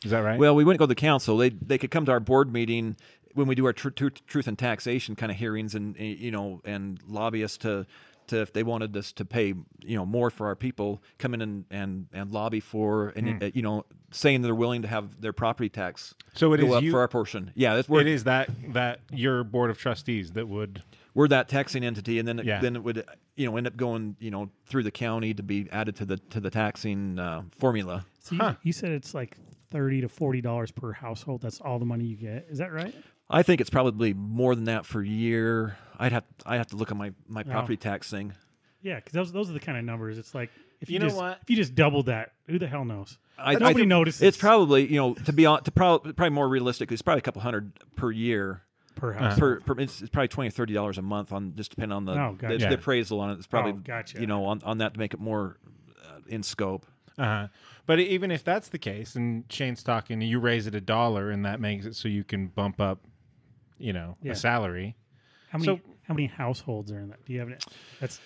Is that right?
Well, we wouldn't go to the council. They they could come to our board meeting when we do our tr- tr- truth and taxation kind of hearings, and eh, you know, and lobby us to to if they wanted us to pay you know more for our people, come in and and, and lobby for
Hmm.
and eh, you know saying they're willing to have their property tax
So it
go
is
up
you-
for our portion. Yeah, that's
it
where
is that that your board of trustees that would
we're that taxing entity, and then it,
Yeah.
then it would you know end up going you know through the county to be added to the to the taxing uh, formula.
So you, you said it's like thirty to forty dollars per household. That's all the money you get. Is that right?
I think it's probably more than that for a year. I'd have I have to look at my my
Wow.
property tax thing.
Yeah, because those those are the kind of numbers. It's like if you,
You know
just,
what?
if you just doubled that, who the hell knows?
I, I
Nobody
think
notices.
it's probably you know to be on to prob- probably more realistic. It's probably a couple hundred per year.
perhaps.
per, per it's, it's probably twenty or thirty dollars a month on just depending on the,
Oh,
the-
gotcha.
the
Yeah.
appraisal on it. It's probably
Oh, gotcha.
you know on, on that to make it more uh, in scope.
Uh-huh. But even if that's the case, and Shane's talking, you raise it a dollar, and that makes it so you can bump up, you know,
Yeah.
a salary.
how many
so-
how many households are in that? Do you have it? That's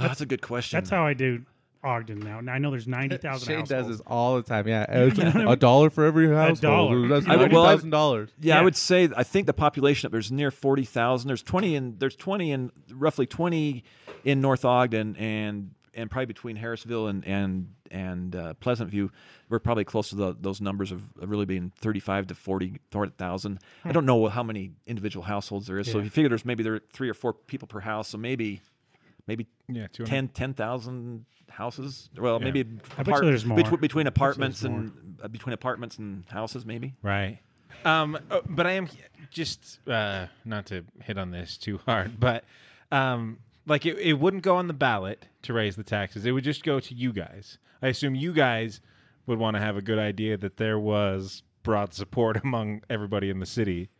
Ah, That's, a good question.
that's how I do Ogden now. And I know there's ninety thousand
Shane does
households.
this all the time. Yeah, it's a dollar for every household.
dollar.
That's
I would-
ninety
well, I-
thousand dollars.
yeah,
yeah.
I would say I think the population up there's near forty thousand. There's twenty in there's twenty in roughly twenty in North Ogden and and probably between Harrisville and and and uh, Pleasant View, we're probably close to the, those numbers of of really being thirty-five to forty thousand. I don't know how many individual households there is. So
Hmm. Yeah.
if you figure there's maybe there are three or four people per house, so maybe maybe
Yeah, 200.
10 10,000 houses. Well, maybe
I bet you there's more.
between, between
I bet you there's
apartments and uh, between apartments and houses, maybe.
Right. Um, oh, but I am just uh, not to hit on this too hard, but um, like it, it wouldn't go on the ballot to raise the taxes. It would just go to you guys. I assume you guys would want to have a good idea that there was broad support among everybody in the city.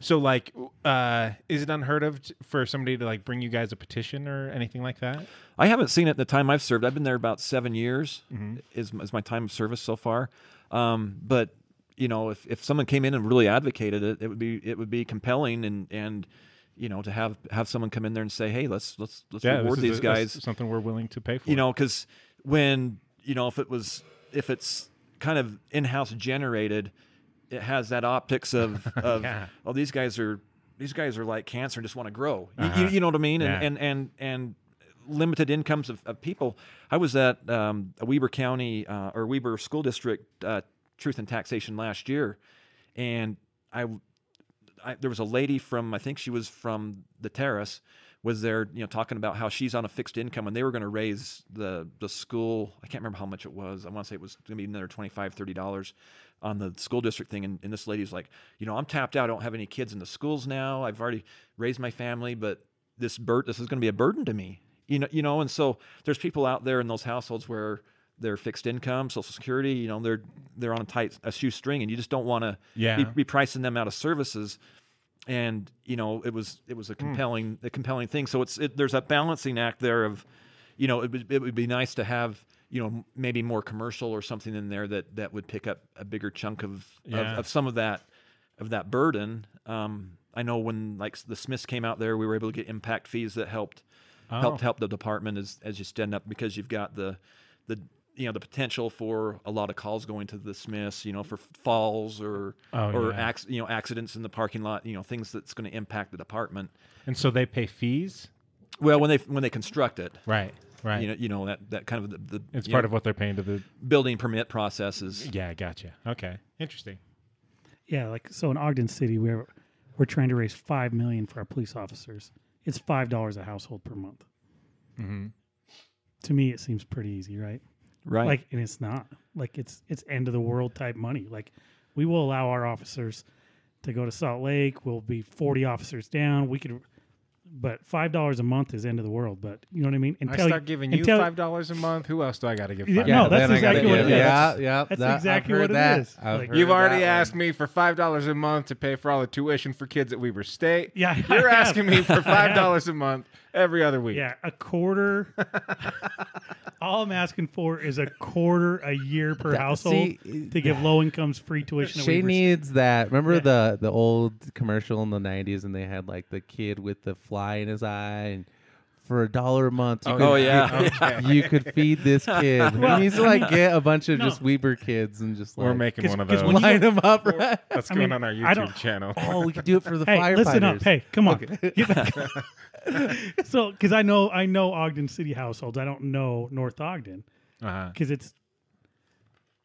So like, uh, is it unheard of t- for somebody to like bring you guys a petition or anything like that?
I haven't seen it in the time I've served. I've been there about seven years
Mm-hmm.
is, is my time of service so far. Um, but you know, if, if someone came in and really advocated it, it would be it would be compelling and and you know to have have someone come in there and say, hey, let's let's let's
this
reward
is
these
a- that's
guys.
something we're willing to pay for.
you know because when you know if it was if it's kind of in-house generated it has that optics of of
Yeah.
oh these guys are these guys are like cancer and just want to grow You- you, you know what i mean and
Uh-huh. Yeah.
and and and limited incomes of, of people i was at um, a weber county uh, or weber school district uh, truth and taxation last year and i I, there was a lady from I think she was from the terrace was there you know talking about how she's on a fixed income and they were going to raise the the school I can't remember how much it was I want to say it was going to be another 25 30 dollars on the school district thing and, and this lady's like you know I'm tapped out I don't have any kids in the schools now I've already raised my family but this bur- this is going to be a burden to me you know you know and so there's people out there in those households where their fixed income social security you know they're they're on a tight a shoestring and you just don't want to
Yeah.
be, be pricing them out of services and you know it was it was a compelling a compelling thing so it's it, there's a balancing act there of you know it would, it would be nice to have you know m- maybe more commercial or something in there that that would pick up a bigger chunk of
Yeah.
of, of some of that of that burden um i know when like the smiths came out there we were able to get impact fees that helped helped help the department as as you stand up because you've got the the you know the potential for a lot of calls going to the Smiths, you know, for falls or
Oh,
or
yeah.
acc- you know accidents in the parking lot, you know, things that's going to impact the department.
and so they pay fees.
Well, when they when they construct it,
Right. Right.
you know, you know that that kind of the, the
it's
you
part
know,
of what they're paying to the
building permit processes.
Yeah, gotcha. Okay, interesting.
Yeah, like so in Ogden City, we're we're trying to raise five million for our police officers. It's five dollars a household per month. To me, it seems pretty easy, right?
Right.
Like, and it's not. Like it's it's end of the world type money. Like we will allow our officers to go to Salt Lake. We'll be forty officers down. We could, but five dollars a month is end of the world. But you know what I mean?
I start giving you
until-
five dollars a month. Who else do I got to give?
Yeah,
$5?
no, that's
then I gotta
exactly what
give-
it is.
Yeah, yeah,
That's
that- I've
exactly
heard
what it
that.
is.
I've
Like-
heard
You've already
that one.
asked me for five dollars a month to pay for all the tuition for kids at Weber State.
Yeah, I
you're
have.
asking me
I
for
have.
five dollars a month every other week.
Yeah, a quarter. all I'm asking for is a quarter a year per
That-
household
see,
to give low incomes free tuition. at
She
Weaver's.
needs that. Remember
Yeah.
the the old commercial in the '90s, and they had like the kid with the fly in his eye, and for a dollar a month, you
Oh,
could,
oh yeah.
Okay.
you could feed this kid.
Well,
he needs to like get a bunch of
no.
just Weber kids and just like
We're making
'Cause-
one of
'cause
those.
when you-
line them up. Right?
That's
I
going
mean,
on our
I don't-
YouTube channel.
Oh, we could do it for the
Hey,
firefighters.
listen up. Hey, come on. Get back. so, because I know I know Ogden City households, I don't know North Ogden
Uh-huh.
because it's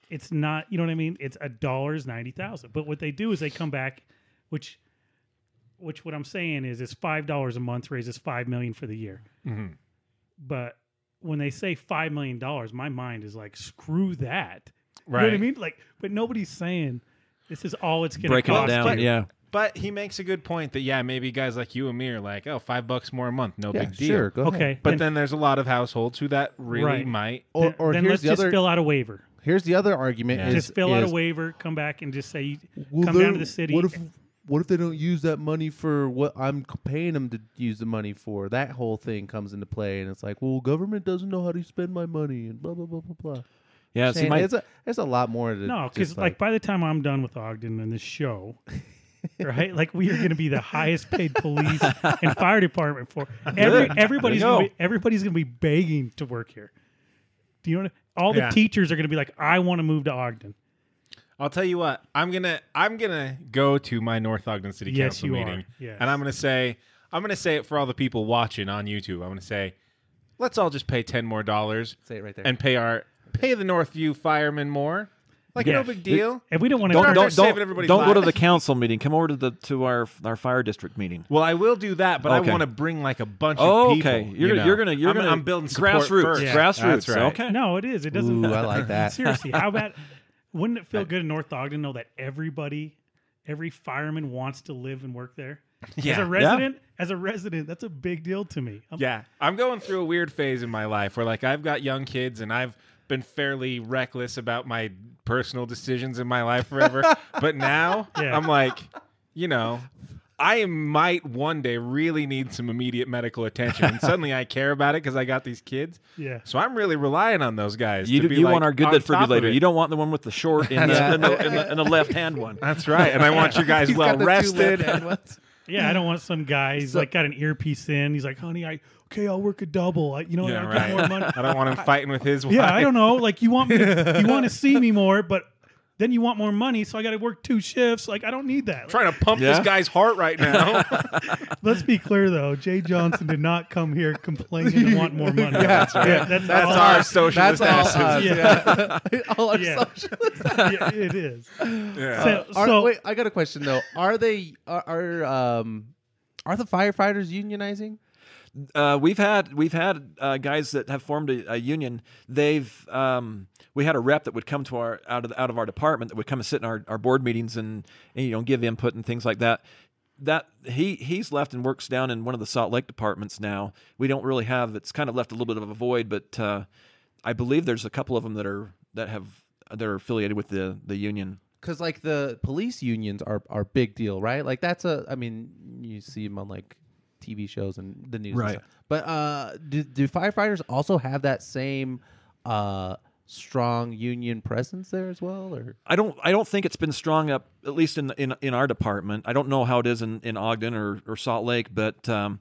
it's not you know what I mean. It's a dollars ninety thousand. But what they do is they come back, which which what I'm saying is it's five dollars a month raises five million for the year.
Mhm.
But when they say five million dollars, my mind is like, screw that. You know what I
Right.
mean? Like, but nobody's saying this is all it's going to
Breaking it
cost.
down.
you.
Yeah.
But he makes a good point that yeah, maybe guys like you and me are like, oh, five bucks more a month, no
Yeah,
big deal.
sure. Go ahead.
Okay,
But then there's a lot of households who that really
Right.
might.
Or, or
then
here's
let's
the
just
other.
fill out a waiver.
here's the other argument:
Yeah.
is,
Just fill out a
is,
waiver, come back, and just say you
well,
come down
they-
to the city.
What if what if they don't use that money for what I'm c- paying them to use the money for? That whole thing comes into play, and it's like, well, government doesn't know how to spend my money, and blah blah blah blah blah.
Yeah, see,
Shane,
my,
it's a it's a lot more to
no,
just
because like by the time I'm done with Ogden and this show, right? Like we are going to be the highest paid police and fire department for every,
Good.
everybody's
There you
gonna
go.
be, everybody's going to be begging to work here. Do you know? What I- all the
Yeah.
teachers are going to be like, I want to move to Ogden.
I'll tell you what, I'm gonna I'm gonna go to my North Ogden City
Yes,
Council
you are.
meeting.
Yes.
And I'm gonna say I'm gonna say it for all the people watching on YouTube. I'm gonna say, let's all just pay ten more dollars
say it right there.
and pay our pay the Northview firemen more. Like
Yeah.
no big deal.
And we don't want
Don't-
to.
They're saving everybody's
don't go to the
lives.
council meeting. Come over to the to our our fire district meeting.
Well, I will do that, but
Okay.
I want to bring like a bunch
Oh,
of people.
okay. You're
you know.
gonna- you're gonna you're
I'm,
gonna
I'm building support
grassroots
first.
Yeah.
grassroots.
That's right.
Okay.
No, it is. It doesn't.
Ooh, I like that.
Seriously, how about? Wouldn't it feel good in North Ogden to know that everybody, every fireman wants to live and work there? As a
Yeah.
resident, as a resident, that's a big deal to me. I'm-
Yeah, I'm going through a weird phase in my life where like I've got young kids and I've been fairly reckless about my personal decisions in my life forever. but now
Yeah.
I'm like, you know, I might one day really need some immediate medical attention, and suddenly I care about it because I got these kids.
Yeah.
So I'm really relying on those guys.
You,
to
do-
be
you
like,
want our good
on top of
defibrillator.
it.
You don't want the one with the short in the, in the, in the, in the left hand one.
That's right, and I want you guys
He's
well
got the two
rested.
left-hand ones.
Yeah, I don't want some guy who's like got an earpiece in. He's like, honey, I okay, I'll work a double. I, you know,
Yeah,
I'll
right.
get more money.
I don't want him fighting with his wife.
yeah, I don't know. Like you want me, you want to see me more, but then you want more money, so I got to work two shifts. Like I don't need that.
Trying to pump
Yeah.
this guy's heart right now.
Let's be clear though, Jay Johnson did not come here complaining and want more money.
that's right.
that's,
That's
all-
our socialist
That's all
asses.
us. Yeah. all our
Yeah.
socialists.
yeah, it is.
Yeah.
So,
Are,
so
wait, I got a question though. Are they are, are um are the firefighters unionizing?
Uh, we've had we've had uh, guys that have formed a, a union. They've um, we had a rep that would come to our out of out of our department that would come and sit in our, our board meetings and, and you know give input and things like that. That he he's left and works down in one of the Salt Lake departments now. We don't really have it's kind of left a little bit of a void, but uh, I believe there's a couple of them that are that have that are affiliated with the the union.
Because like the police unions are are big deal, right? Like that's a I mean you see them on like TV shows and the news, and
Right.
stuff. But uh, do, do firefighters also have that same uh strong union presence there as well? Or
I don't I don't think it's been strong up at least in in in our department. I don't know how it is in, in Ogden or, or Salt Lake, but um,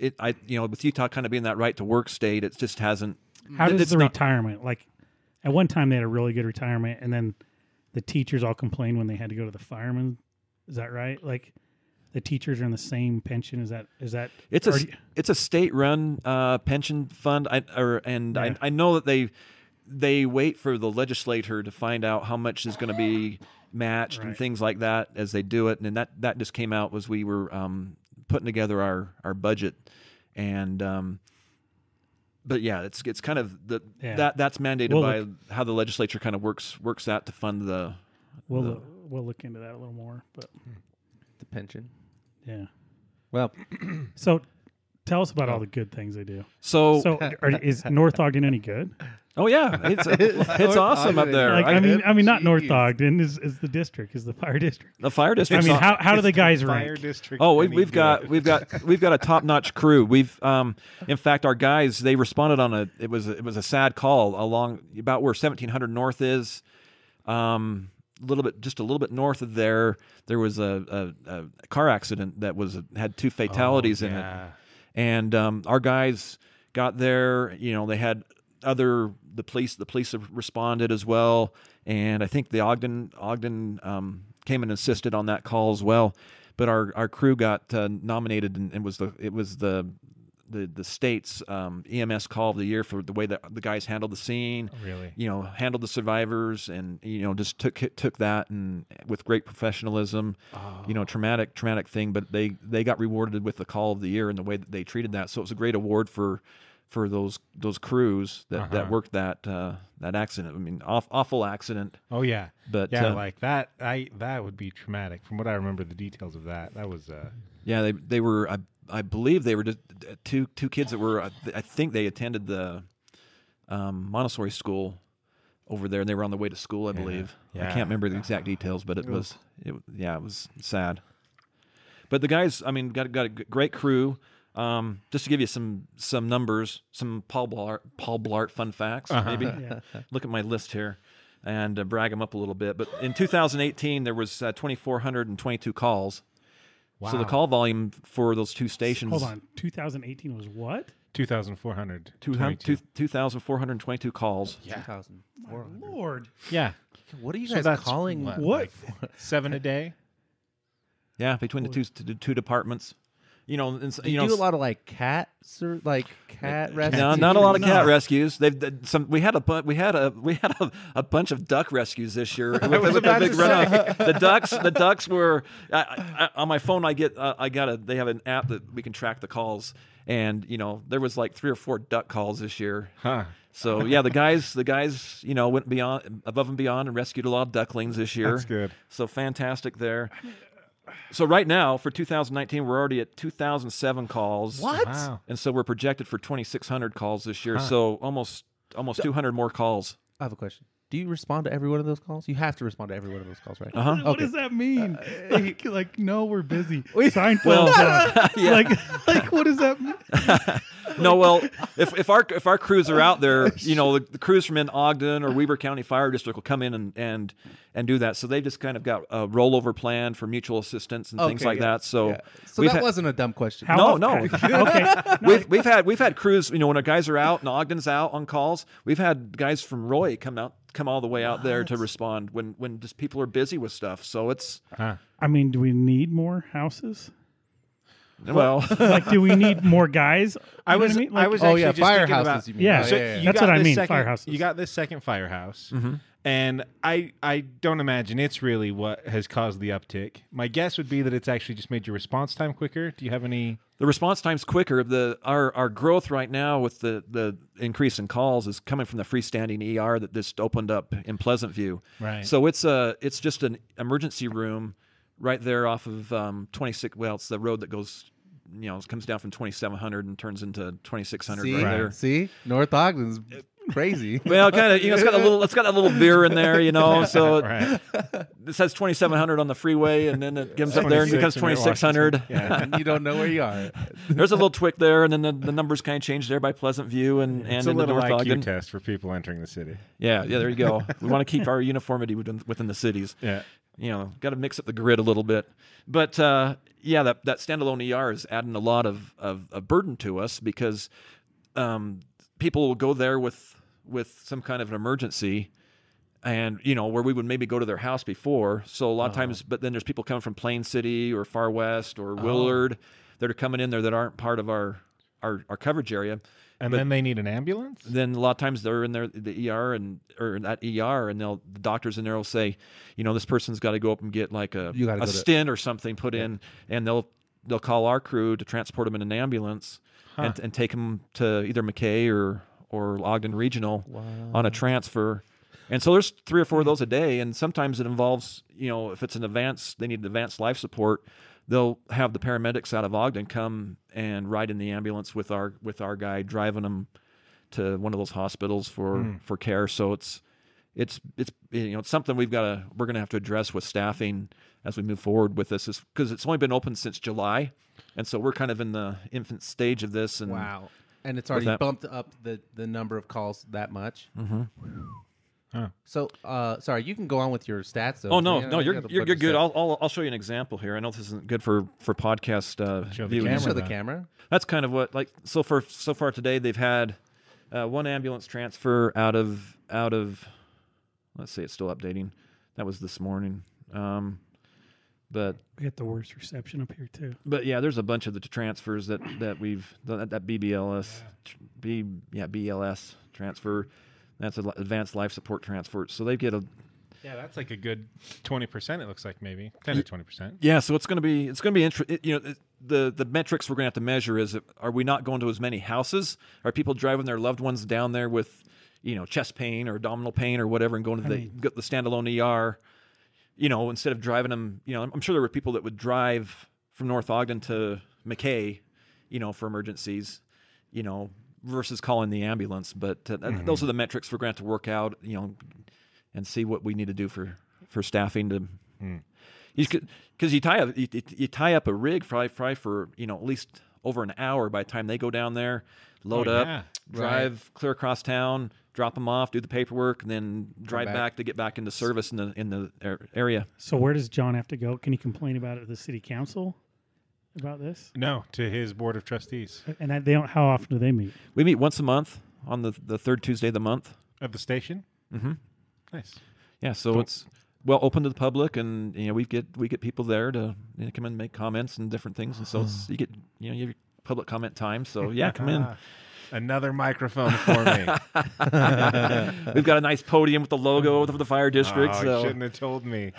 it I you know with Utah kind of being that right to work state, it just hasn't.
How does
it's
the
not-
retirement like? At one time, they had a really good retirement, and then the teachers all complained when they had to go to the firemen. Is that right? Like the teachers are in the same pension. Is that is that?
It's a
or
s-
do you-
it's a state run uh, pension fund. I or and
Yeah.
I, I know that they they wait for the legislator to find out how much is going to be matched and
Right.
things like that as they do it. And then that that just came out was we were um, putting together our our budget and. Um, but yeah, it's it's kind of the
Yeah.
that that's mandated
Well,
by how the legislature kind of works works that to fund the
we'll look, we'll look into that a little more. But
the pension?
yeah.
Well,
So tell us about all the good things they do.
so,
So are, is North Ogden any good?
oh yeah it's it's
North
awesome up
Ogden.
there
Like
I-
I mean, I mean, not North
Jeez.
Ogden is is the district is the fire district.
the fire
I
district
mean, how how do the guys
Fire
rank?
district.
Oh, we,
any
we've
good.
got we've got we've got a top notch crew. We've um, in fact, our guys they responded on a it was it was a sad call along about where seventeen hundred north is, um, a little bit just a little bit north of there. There was a, a, a car accident that was had two fatalities in it,
yeah.
and um, our guys got there. You know, they had other the police the police have responded as well, and I think the Ogden Ogden um, came and assisted on that call as well. But our, our crew got uh, nominated and, and was the it was the the the state's um, EMS call of the year for the way that the guys handled the scene.
Oh, really?
You know, handled the survivors and you know just took took that and with great professionalism. You
Oh.
know, traumatic traumatic thing, but they they got rewarded with the call of the year and the way that they treated that. So it was a great award for for those those crews that,
Uh-huh.
that worked that uh, that accident. I mean, aw- awful accident,
Oh yeah,
but
yeah,
uh,
like that. I that would be traumatic. From what I remember, the details of that. That was uh,
yeah, they they were I, I believe they were just uh, two two kids that were I, th- I think they attended the um, Montessori school over there, and they were on the way to school, I
Yeah,
believe. I
yeah.
can't remember the exact details, but it was it yeah, it was sad. But the guys, I mean, got got a g- great crew. Um, just to give you some some numbers, some Paul Blart, Paul Blart fun facts. Maybe
Yeah.
look at my list here and uh, brag them up a little bit. But in 2018, there was uh, 2,422 calls. So the
Wow.
call volume for those two stations,
Hold on. 2018 was what?
2,400.
200 2,422 calls.
Yeah. 2004.
Lord.
Yeah,
What are you
So
guys
that's
calling?
what?
What?
seven a day.
Yeah, between the two the two departments. You know, and, s-
Do you,
you know,
do a lot of like cat, sir, like cat rescue?
No, not a lot of
No.
cat rescues. They've done some. We had a bu- we had a we had a, a bunch of duck rescues this year. With,
was
with the
about
big
to
runoff. The ducks the ducks were I, I, on my phone. I get uh, I got a they have an app that we can track the calls, and you know there was like three or four duck calls this year.
Huh.
So yeah, the guys the guys you know went beyond above and beyond and rescued a lot of ducklings this year.
That's good.
So fantastic there. So right now for 2019, we're already at 2,007 calls
What?
Wow.
and so we're projected for 2600 calls this year so almost almost 200 more calls
I have a question. Do you respond to every one of those calls? You have to respond to every one of those calls, right?
uh-huh
What
Okay.
does that mean? like, like, no, we're busy. Seinfeld.
Well-
dog.
Yeah.
Like, like, what does that mean?
no well if, if our if our crews are out there you know the, the crews from in ogden or weber county fire district will come in and and and do that so they've just kind of got a rollover plan for mutual assistance and things
Okay,
like
yeah,
that so
Yeah. So
we've
that
had-
wasn't a dumb question.
How
No,
of-
no.
okay.
We've, we've had we've had crews you know when our guys are out and Ogden's out on calls we've had guys from Roy come out come all the way out there to respond when when just people are busy with stuff so it's
Huh.
I mean, do we need more houses?
well
Like, do we need more guys? You
I
know what
was-
mean?
I
Like,
was
oh yeah,
actually just thinking
firehouses.
about-
you mean?
Yeah.
Oh,
So
yeah, yeah.
you
That's
got
what I
this
mean,
Second,
firehouses.
You got this second firehouse,
Mm-hmm.
and I I don't imagine it's really what has caused the uptick. My guess would be that it's actually just made your response time quicker. Do you have any?
The response time's quicker. The our our growth right now with the the increase in calls is coming from the freestanding ER that just opened up in Pleasant View.
Right.
So it's a it's just an emergency room right there off of um, 26. Well, it's the road that goes you know comes down from 2700 and turns into 2600
See,
right there.
see, North Ogden's crazy.
Well, kind of you know it's got a little it's got a little veer in there, you know. So it-
Right.
it says 2700 on the freeway and then it comes up there and
26
becomes
and you're
2600.
you don't know where you are.
There's a little twick there, and then the, the numbers kind of change there by Pleasant View and, and
It's a
into
little
North
IQ
Ogden.
test for people entering the city.
Yeah, yeah, there you go. we want to keep our uniformity within, within the cities.
Yeah.
You know, got to mix up the grid a little bit. But uh, yeah, that, that standalone ER is adding a lot of, of, of burden to us because um, people will go there with with some kind of an emergency and you know where we would maybe go to their house before so a lot of times but then there's people coming from plain city or far west or willard that are coming in there that aren't part of our our, our coverage area
And then they need an ambulance.
then a lot of times they're in there the ER and or in that ER and they'll the doctors in there will say, you know, this person's got to go up and get like a
You gotta go
a
to-
stent or something put in, and they'll they'll call our crew to transport them in an ambulance and, and take them to either McKay or or Ogden Regional on a transfer. And so there's three or four
Hmm.
of those a day, and sometimes it involves, you know, if it's an advanced, they need advanced life support. They'll have the paramedics out of Ogden come and ride in the ambulance with our with our guy driving them to one of those hospitals for for care. So it's it's it's you know it's something we've got to we're going to have to address with staffing as we move forward with this because it's only been open since July, and so we're kind of in the infant stage of this. And
Wow. And it's already
that-
bumped up the, the number of calls that much. Mm-hmm.
Huh.
So, uh, sorry, you can go on with your stats. Though.
Oh no,
Yeah,
no,
you
you're
got a
you're,
bunch
you're
of
good.
stats.
I'll, I'll I'll show you an example here. I know this isn't good for for podcast uh,
Show the
viewing.
Can you
camera.
show the
though.
camera.
That's kind of what like so far so far today they've had uh, one ambulance transfer out of out of let's see it's still updating. That was this morning. Um, but
We got the worst reception up here, too.
but yeah, there's a bunch of the transfers that that we've that, that BBLS, tr- B yeah BLS transfer. That's an advanced life support transfer. So they get a
Yeah, that's like a good twenty percent. It looks like maybe ten to twenty percent.
yeah. So it's gonna be it's gonna be interesting. You know, it, the the metrics we're going to have to measure is are we not going to as many houses? Are people driving their loved ones down there with you know chest pain or abdominal pain or whatever and going to the get the standalone ER? You know, instead of driving them, you know, I'm I'm sure there were people that would drive from North Ogden to McKay, you know, for emergencies, you know, versus calling the ambulance. But uh, th-
Mm-hmm.
those are the metrics we're going to have to work out, you know, and see what we need to do for for staffing to
Mm.
you because you tie up you, you- you tie up a rig fry fry for you know at least over an hour by the time they go down there, load
Oh,
up,
yeah.
drive clear across town, drop them off, do the paperwork, and then drive
back.
back. to get back into service in the in the ar- area.
So where does John have to go? Can he complain about it to the city council about this?
No, to his board of trustees
And that they don't. How often do they meet?
We meet once a month on the the third Tuesday of the month.
of the station. Mm-hmm. Nice.
Yeah, so it's well open to the public, and you know we get we get people there to you know, come in and make comments and different things, and so it's, you get you know you have your public comment time. So yeah, come in.
Ah, Another microphone for me.
We've got a nice podium with the logo for the fire district.
oh, you
so
shouldn't have told me.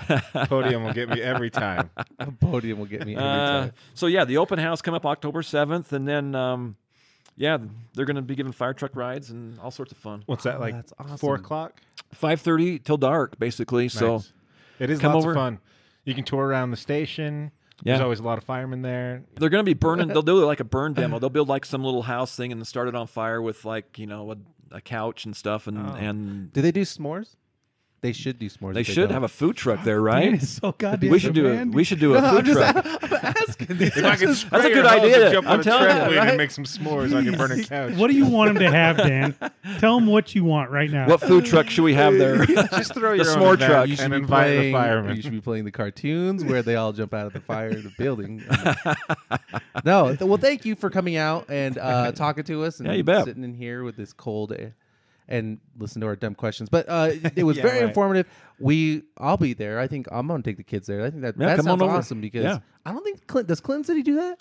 Podium will get me every time.
A podium will get me every
Uh,
time.
so yeah, the open house come up October seventh, and then um, yeah, they're going to be giving fire truck rides and all sorts of fun.
What's that like?
that's
Four
awesome.
o'clock.
Five thirty till dark, basically. So
Nice. it is
come
lots
over.
of fun. You can tour around the station. There's
Yeah.
always a lot of firemen there.
they're going to be burning. They'll do like a burn demo. They'll build like some little house thing and then start it on fire with like you know a, a couch and stuff, and and
Do they do s'mores? They should do s'mores.
they should have a food truck there, right?
It's so goddamn.
We should do it. We should do a
I'm
food
just
truck.
I'm asking. These
If I could
questions.
spray
a
your
good
hose and
idea.
Jump
I'm
on
telling
a
you,
trampoline and
right?
make some s'mores on your burning couch.
What do you want him to have, Dan? Tell him what you want right now.
What food truck should we have there?
Just throw
The
your own
s'more
in there
truck.
You
You
should
and
be
invite
playing.
the firemen.
You should be playing the cartoons where they all jump out of the fire in the building. no, th- well, thank you for coming out and uh, talking to us and
Yeah, you bet.
sitting in here with this cold a- and listen to our dumb questions. But uh, it- it was
Yeah,
very
right.
informative. We, I'll be there. I think I'm gonna take the kids there. I think that
Yeah,
that
come on
sounds
over.
awesome because
Yeah.
I don't think Clint does Clinton City do that.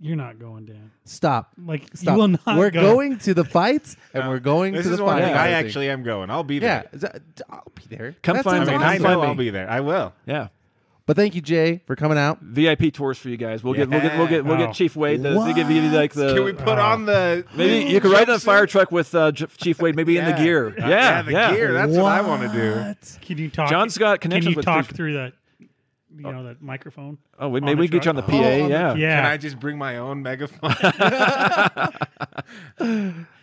You're not going, Dan.
Stop.
Like
Stop.
you will not.
we're
go.
going to the fights and we're going
This
to
is
the
one
fights.
thing I actually am going. I'll be
Yeah,
there.
is that- I'll be there.
Come
That
find
I
sounds
mean,
That's
I
awesome.
know
awesome.
I'll be there. I will.
Yeah.
But thank you, Jay, for coming out.
VIP tours for you guys. We'll get we'll get we'll get we'll
Wow.
get Chief Wade to, to give you like the
Can we put on the?
Uh, maybe you could ride in a fire truck with uh, J- Chief Wade maybe in the gear. Yeah, yeah.
Uh, the gear. That's what I want to do.
Can you talk?
John's got
Can
connections
you
with
talk
food-
through the, you know, the microphone?
Oh, we,
on
maybe
the
we can get you on the
truck?
PA.
Oh, on the-
yeah.
Yeah.
Can I just bring my own megaphone?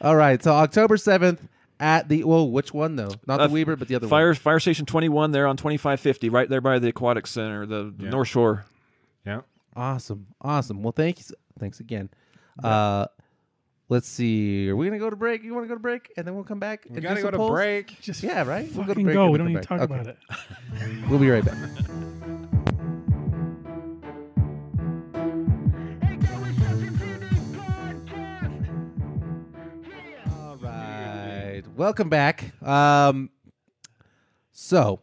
All right, so October seventh at the well, which one though? Not
Uh,
the Weber, but the other
Fire Fire Station 21 there on 2550 right there by the aquatic center, the the
Yeah.
North Shore.
yeah.
one. Awesome, awesome. Well, thanks, thanks again. Uh, let's see. Are we gonna go to break? You want to go to break, and then we'll come back.
We
and do
gotta go
some
to
polls?
break.
Just
Yeah, right? We'll go to
fucking
break
go.
and then
We don't
come
even
back.
talk
Okay.
about it.
We'll be right back. All right, welcome back. Um, so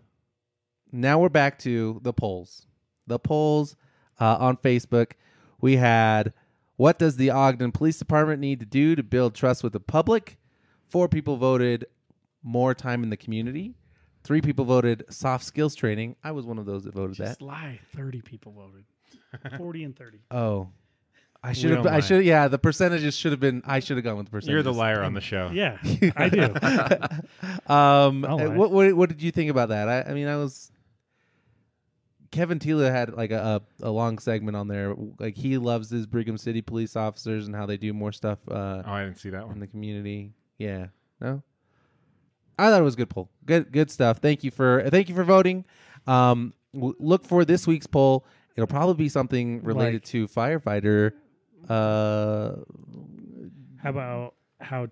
now we're back to the polls. The polls uh, on Facebook. We had what does the Ogden Police Department need to do to build trust with the public? Four people voted more time in the community. Three people voted soft skills training. I was one of those that voted
Just
that.
lie. Thirty people voted. Forty and thirty.
Oh, I
We
should have.
don't
I
mind.
should. Yeah, the percentages should have been. I should have gone with the percentages.
You're the liar on the show.
Yeah, I do.
Um,
I'll
uh,
lie.
what, what what did you think about that? I, I mean, I was Kevin Teela had like a, a a long segment on there. Like he loves his Brigham City police officers and how they do more stuff uh,
Oh, I didn't see that
in
one.
the community. Yeah, no, I thought it was a good poll. Good good stuff. Thank you for thank you for voting. Um, w- look for this week's poll. It'll probably be something related
Like-
to firefighter. Uh,
How about how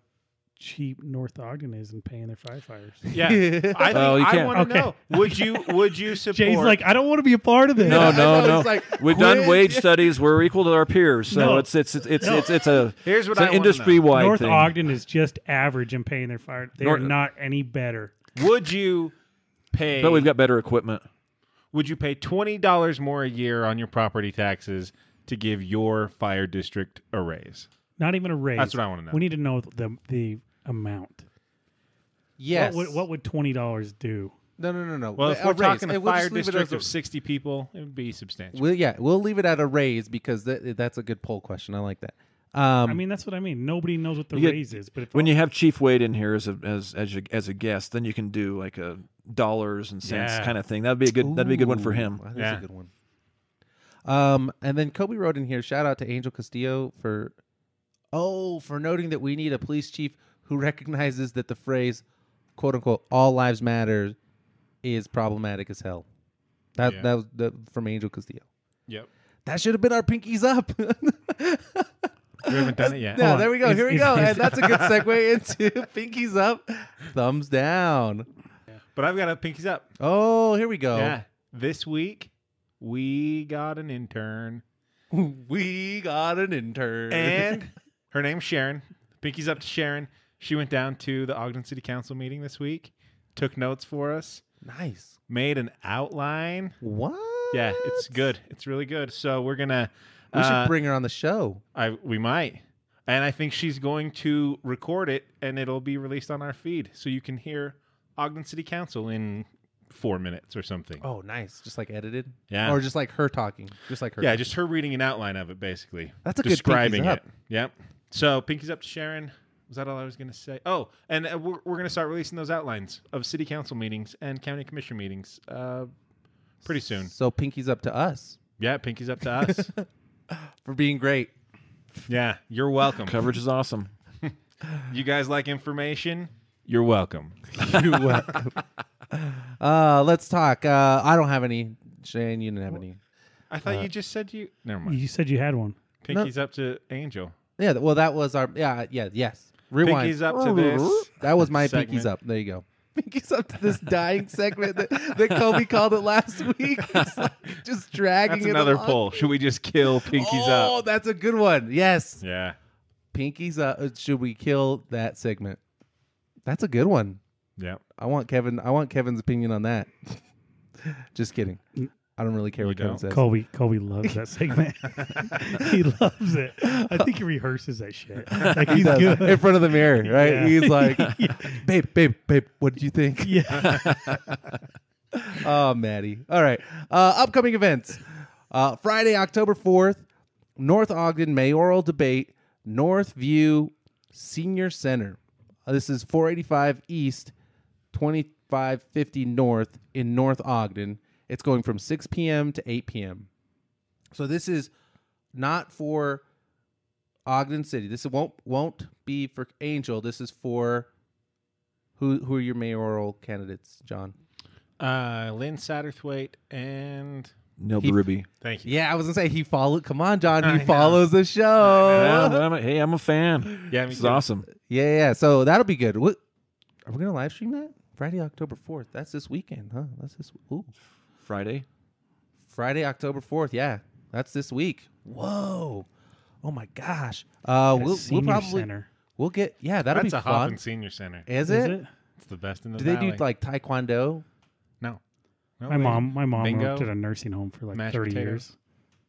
cheap North Ogden is in paying their firefighters?
Yeah. I think
Well, Oh, you
I
can't-
want to
Okay.
know. Would you would you support
Jay's like, I don't want to be a part of this.
No, no,
know,
no.
Oh.
it's like,
We've
quit.
done wage studies. We're equal to our peers. So
No.
it's it's it's it's it's, it's a
Here's what
it's
I
an
wanna know.
industry wide
North
thing.
Ogden is just average in paying their fire. They are
North-
not any better.
would you pay
But we've got better equipment.
would you pay twenty dollars more a year on your property taxes to give your fire district a raise?
Not even a raise.
That's what I wanna know.
We need to know the the amount.
yes.
What would, what would twenty dollars do?
No, no, no, no.
Well, if
a
we're
raise.
talking a
We'll just
fire
leave it
district
as
of 60 people, it would be substantial.
Well, yeah, we'll leave it at a raise because that that's a good poll question. I like that. Um,
I mean, that's what I mean. Nobody knows what the
You get-
raise is, but if
When
all-
you have Chief Wade in here as a as as a, as a guest, then you can do like a dollars and cents
Yeah.
kind of thing. That'd be a good that'd be a good one for him.
Ooh, That's
Yeah.
a good one. Um, and then Kobe wrote in here. Shout out to Angel Castillo for, oh, for noting that we need a police chief who recognizes that the phrase, quote unquote, "all lives matter," is problematic as hell. That
Yeah.
that was that, from Angel Castillo.
Yep.
That should have been our pinkies up.
We haven't done it yet.
Yeah,
on.
there we go.
Is-
Here we
is-
go.
is-
and that's a good segue into pinkies up, thumbs down.
But I've got a pinkies up.
Oh, here we go.
Yeah. This week, we got an intern.
We got an intern.
And her name's Sharon. Pinkies up to Sharon. She went down to the Ogden City Council meeting this week, took notes for us,
nice.
made an outline.
What?
Yeah, it's good. It's really good. So we're gonna.
We should
uh,
bring her on the show.
I we might, and I think she's going to record it, and it'll be released on our feed, so you can hear Ogden City Council in four minutes or something.
Oh, nice. Just like edited.
Yeah.
Or just like her talking. Just like her.
yeah, just her reading an outline of it, basically.
That's a good
describing
Pinkies
it. Yep. So pinkies up to Sharon. Was that all I was going to say? Oh, and uh, we're, we're going to start releasing those outlines of city council meetings and county commission meetings uh, pretty soon.
So pinkies up to us
Yeah, pinkies up to us.
for being great.
yeah, you're welcome.
Coverage is awesome.
You guys like information? You're welcome.
You welcome. uh, let's talk. Uh, I don't have any. Shane, you didn't have any.
I
Uh,
thought you just said you. Never mind.
you said you had one.
Pinkies up to Angel.
Yeah. Well, that was our. Yeah. Yeah. Yes. Rewind.
Pinkies up to this.
That was my
segment.
pinkies up. There you go. Pinkies up to this dying segment that, that Kobe called it last week. It's like just dragging
That's
it
another
along.
poll. Should we just kill Pinkies
oh,
up?
that's a good one. Yes.
Yeah.
Pinkies up. Uh, Should we kill that segment? That's a good one.
Yep.
I want Kevin. I want Kevin's opinion on that. just kidding. I don't really care what Kevin
don't?
says.
Kobe, Kobe loves that segment. he loves it. I think he rehearses that shit. Like he's
Does it In
good.
front of the mirror, right?
Yeah.
He's like,
Yeah.
babe, babe, babe, what did you think?
Yeah.
Oh, Maddie. All right. Uh, upcoming events uh, Friday, October 4th, North Ogden mayoral debate, Northview Senior Center. Uh, this is 485 East, 2550 North in North Ogden. It's going from 6 p.m. to 8 p.m. So this is not for Ogden City. This won't won't be for Angel. This is for who who are your mayoral candidates, John?
Uh, Lynn Satterthwaite and.
No
He-
Ruby.
Thank you.
Yeah, I was gonna say he followed. Come on, John, he
know.
follows the
Yeah,
show.
I'm a- hey, I'm a fan.
Yeah, me
This is
too.
awesome.
Yeah, yeah. So that'll be good. What are we gonna live stream that Friday, October fourth? That's this weekend, huh? That's this. Ooh,
Friday.
Friday, October fourth. Yeah, that's this week. Whoa. Oh my gosh. Uh, we'll, we'll
Senior
probably
center.
we'll get. Yeah, that'll
That's
be
a
fun.
Hoffman Senior Center.
Is,
Is
it?
it?
It's the best in the
Do they
valley.
do like taekwondo?
No. No, they-
My mom, my mom
Bingo.
worked at a nursing home for like
Mashed
thirty
potatoes.
years.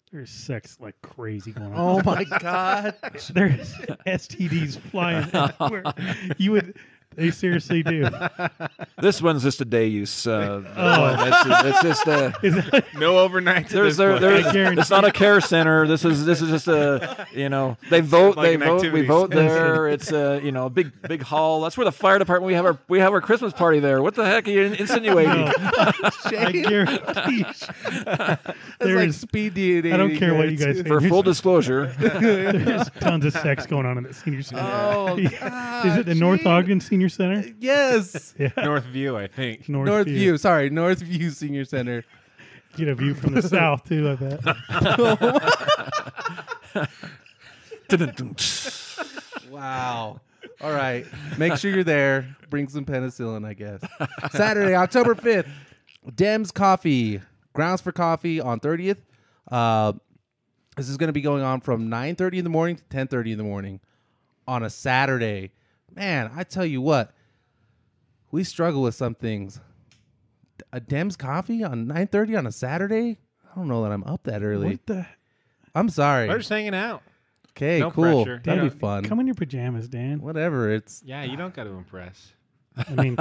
There's sex like crazy going on.
Oh my god.
There's STDs flying everywhere. You would, they seriously do.
This one's just a day use. Uh,
Oh.
that's, that's just uh,
Is that,
No overnight.
there's there,
I
there's
guarantee-
it's not a care center. This is this is just a you know they vote
Like
they
an
vote we
activities.
vote there. It's a you know a big big hall. That's where the fire department we have our we have our Christmas party there. What the heck are you insinuating?
I
Shane,
guarantee. you-
it's like
There's,
speed dating.
I don't care what you guys think.
For full
There's-
disclosure,
There's tons of sex going on in the senior center.
Oh,
Yeah. is it the North
God,
Ogden Senior Center?
Yes.
Yeah,
Northview, I think.
North,
Northview.
View.
Sorry, Northview Senior Center.
Get a view from the south too. I bet.
Wow. All right. Make sure you're there. Bring some penicillin, I guess. Saturday, October 5th, Dem's Coffee, Grounds for Coffee on 30th. Uh, this is going to be going on from 9.30 in the morning to 10.30 in the morning on a Saturday. Man, I tell you what, we struggle with some things. A Dem's Coffee on 9.30 on a Saturday? I don't know that I'm up that early.
What the?
I'm sorry.
We're just hanging out.
Okay,
No
cool.
pressure.
That'd
Yeah.
be fun.
Come in your pajamas, Dan.
Whatever. It's
Yeah, you don't got to impress.
I mean,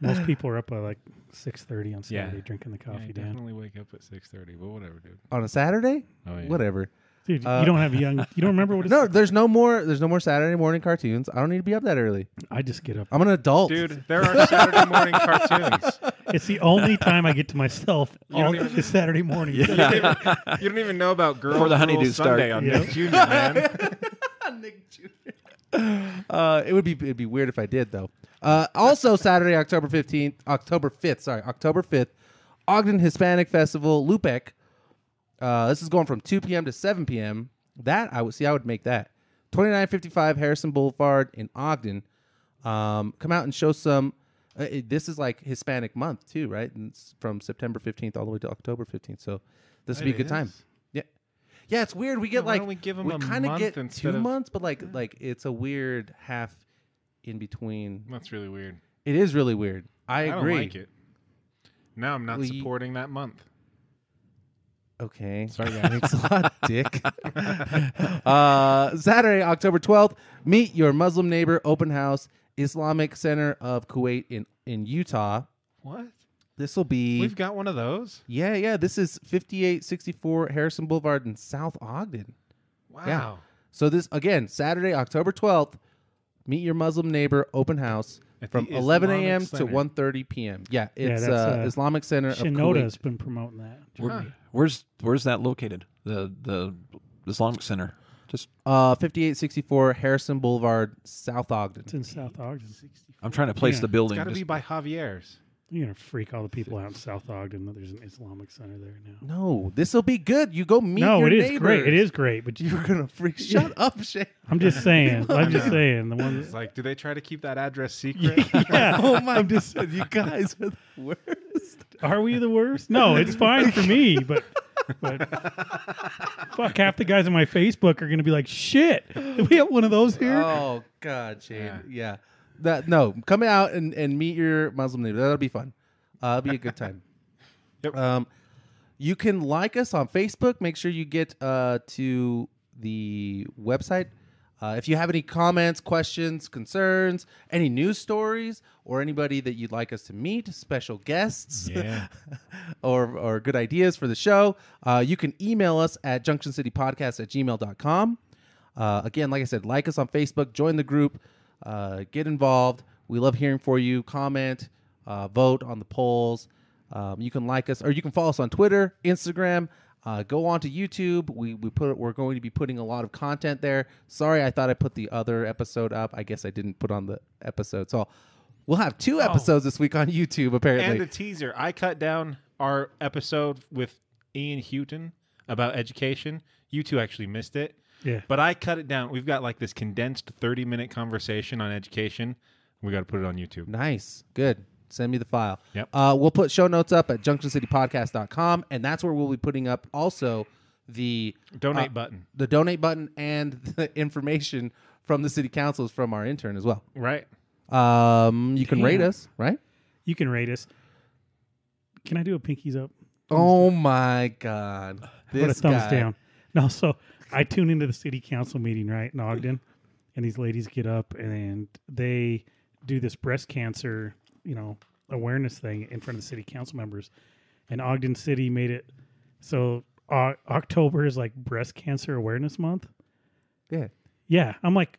most people are up by like six thirty on
Yeah.
Saturday drinking the
yeah,
coffee,
I
Dan.
definitely wake up at six thirty, but whatever, dude.
on a Saturday.
Oh yeah.
Whatever.
Dude,
Uh,
you don't have young. You don't remember what it's.
No, there's no more. There's no more Saturday morning cartoons. I don't need to be up that early.
I just get up.
I'm an adult,
Dude, there are Saturday morning cartoons.
It's the only time I get to myself
don't
all
even-
is Saturday morning.
You don't, even, you don't even know about Girl
Before the
Rule
honeydew start.
Sunday on
Yeah.
Nick Jr. Man.
Uh, it would be it'd be weird if I did though. Uh, also Saturday, October fifteenth, October fifth. Sorry, October fifth, Ogden Hispanic Festival, Lupec. Uh, this is going from two p.m. to seven p.m. That I would see. I would make that twenty nine fifty five Harrison Boulevard in Ogden. Um, come out and show some. Uh, it- this is like Hispanic month too, right? And it's from September fifteenth all the way to October fifteenth. So this would be a
It
good time.
is.
Yeah. Yeah, it's weird. We get
why
like
don't we give 'em a
kinda
month
get two
instead of-
months, but like like it's a weird half in between.
That's really weird.
It is really weird. I
I,
agree.
don't like it. Now I'm not
Well, you-
supporting that month.
Okay.
Sorry, guys.
Thanks a lot, Dick. uh, Saturday, October twelfth, meet your Muslim neighbor open house, Islamic Center of Kuwait in in Utah.
what?
This will be
We've got one of those.
yeah yeah. This is fifty eight sixty four Harrison Boulevard in South Ogden.
Wow.
Yeah. So this again, Saturday, October twelfth. Meet your Muslim neighbor open house
At
from
the
11
Islamic
a.m. to
Center.
1:30 p.m. Yeah,
Yeah,
it's
that's,
uh,
uh,
Islamic Center
Shinoda
of
has been promoting that.
Huh.
Where's Where's that located? The the Islamic Center. Just
Kuwait, uh, 5864 Harrison Boulevard, South
It's
Ogden.
in South Ogden.
I'm trying to place
Yeah.
the building.
Got to
Just-
be by Javier's.
You're gonna freak all the people out in South Ogden that there's an Islamic center there now.
No, this will be good. You go meet.
no,
your
it is
neighbors.
great. It is great, but you,
You're gonna freak. Shut up, Shay.
I'm just saying. I'm just
know.
saying the one.
It's
That,
like, do they try to keep that address secret?
yeah.
Oh my god, you guys are the worst.
Are we the worst? No, it's fine for me, but but fuck, half the guys on my Facebook are gonna be like, "Shit, do we have one of those here?"
Oh god, Shane. Yeah.
Yeah.
That no, come out and, and meet your Muslim neighbor. That'll be fun. Uh, it'll be a good time.
Yep.
Um, you can like us on Facebook. Make sure you get uh, to the website. Uh, if you have any comments, questions, concerns, any news stories, or anybody that you'd like us to meet, special guests,
Yeah.
or, or good ideas for the show, uh, you can email us at junctioncitypodcast at gmail.com. Uh, again, like I said, like us on Facebook, join the group, uh, get involved. We love hearing for you. Comment, uh, vote on the polls. Um, you can like us, or you can follow us on Twitter, Instagram. Uh, go on to YouTube. We we put we're going to be putting a lot of content there. Sorry, I thought I put the other episode up. I guess I didn't put on the episode. So we'll have two episodes this week on YouTube. Apparently,
and a teaser. I cut down our episode with Ian Houghton about education. You two actually missed it.
Yeah.
But I cut it down. We've got like this condensed 30 minute conversation on education. We got to put it on YouTube.
Nice. Good. Send me the file.
Yep.
Uh, we'll put show notes up at junctioncitypodcast.com, and that's where we'll be putting up also the
Donate
uh,
button,
the donate button and the information from the city councils from our intern as well.
right?
Um, you can rate
Damn.
us, right?
You can rate us. Can I do a pinkies up?
Oh my god.
Put a
This
thumbs
guy.
down. No, so I tune into the city council meeting right in Ogden, and these ladies get up and they do this breast cancer, you know, awareness thing in front of the city council members, and Ogden City made it so O October is like breast cancer awareness month.
Yeah.
Yeah, I'm like,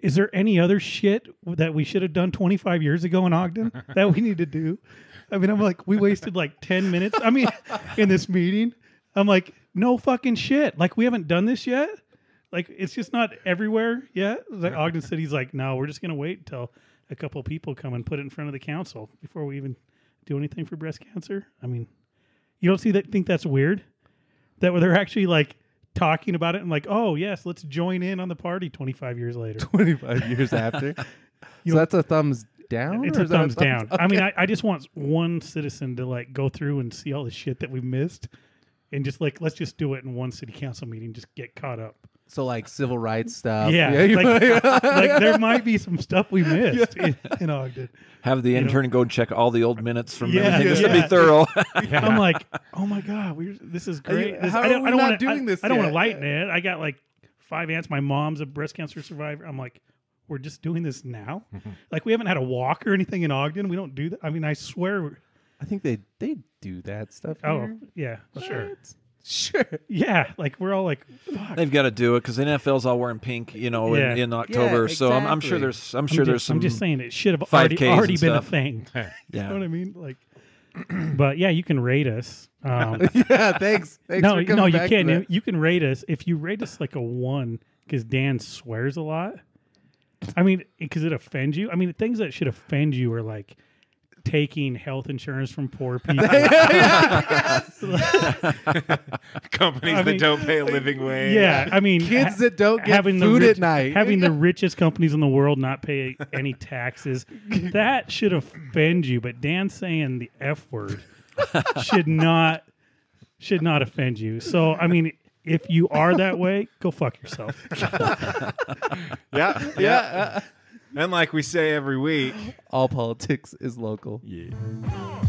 is there any other shit that we should have done 25 years ago in Ogden that we need to do? I mean, I'm like, we wasted like 10 minutes. I mean, in this meeting, I'm like, no fucking shit. Like, we haven't done this yet. Like, it's just not everywhere yet. Like, Ogden City's like, no, we're just gonna wait until a couple people come and put it in front of the council before we even do anything for breast cancer. I mean, you don't see that? Think that's weird? That they're actually like talking about it and like, oh yes, let's join in on the party. Twenty five years later,
25 years after. so
know-
that's a thumbs down?
it's
or
a
is that
thumbs down. I mean, I, I just want one citizen to like go through and see all the shit that we missed, and just like let's just do it in one city council meeting. Just get caught up.
So like civil rights stuff.
yeah,
you-
like, like there might be some stuff we missed in, in Ogden.
have the intern go check all the old minutes from
Yeah,
everything just to
yeah.
be thorough.
I'm like, oh my god, we're this is
Are you-
great. This-
how
I
are
don't,
we
I don't
not
wanna,
doing
I,
this
I don't want
yet?
to lighten it. I got like five aunts. My mom's a breast cancer survivor. I'm like, we're just doing this now. like we haven't had a walk or anything in Ogden. We don't do that. I mean, I swear.
I think they they do that stuff.
Oh,
here.
yeah, sure,
What? sure.
yeah. Like we're all like, fuck.
They've got to do it because NFL's all wearing pink, you know,
Yeah.
in, in October. So I'm, I'm
exactly.
sure there's I'm
I'm
sure
just-
there's some.
I'm just saying it should have
5Ks
already,
and
already been a
stuff.
thing. You know
yeah.
what I mean? Like, but yeah, you can rate us. Um,
yeah, thanks. Thanks
no,
for coming
no, you
back to
can. You,
that.
you can rate us if you rate us like a one because Dan swears a lot. I mean, because it offends you. I mean, the things that should offend you are like taking health insurance from poor people.
Companies
I
that
mean-
don't pay a living wage.
yeah, I mean,
Kids
ha-
that don't get
having the
food
rich-
at night.
having the richest companies in the world not pay any taxes. That should offend you, but Dan saying the F word should not should not offend you. So I mean if you are that way, go fuck yourself.
yeah, yeah. and like we say every week,
all politics is local.
yeah.
Hey.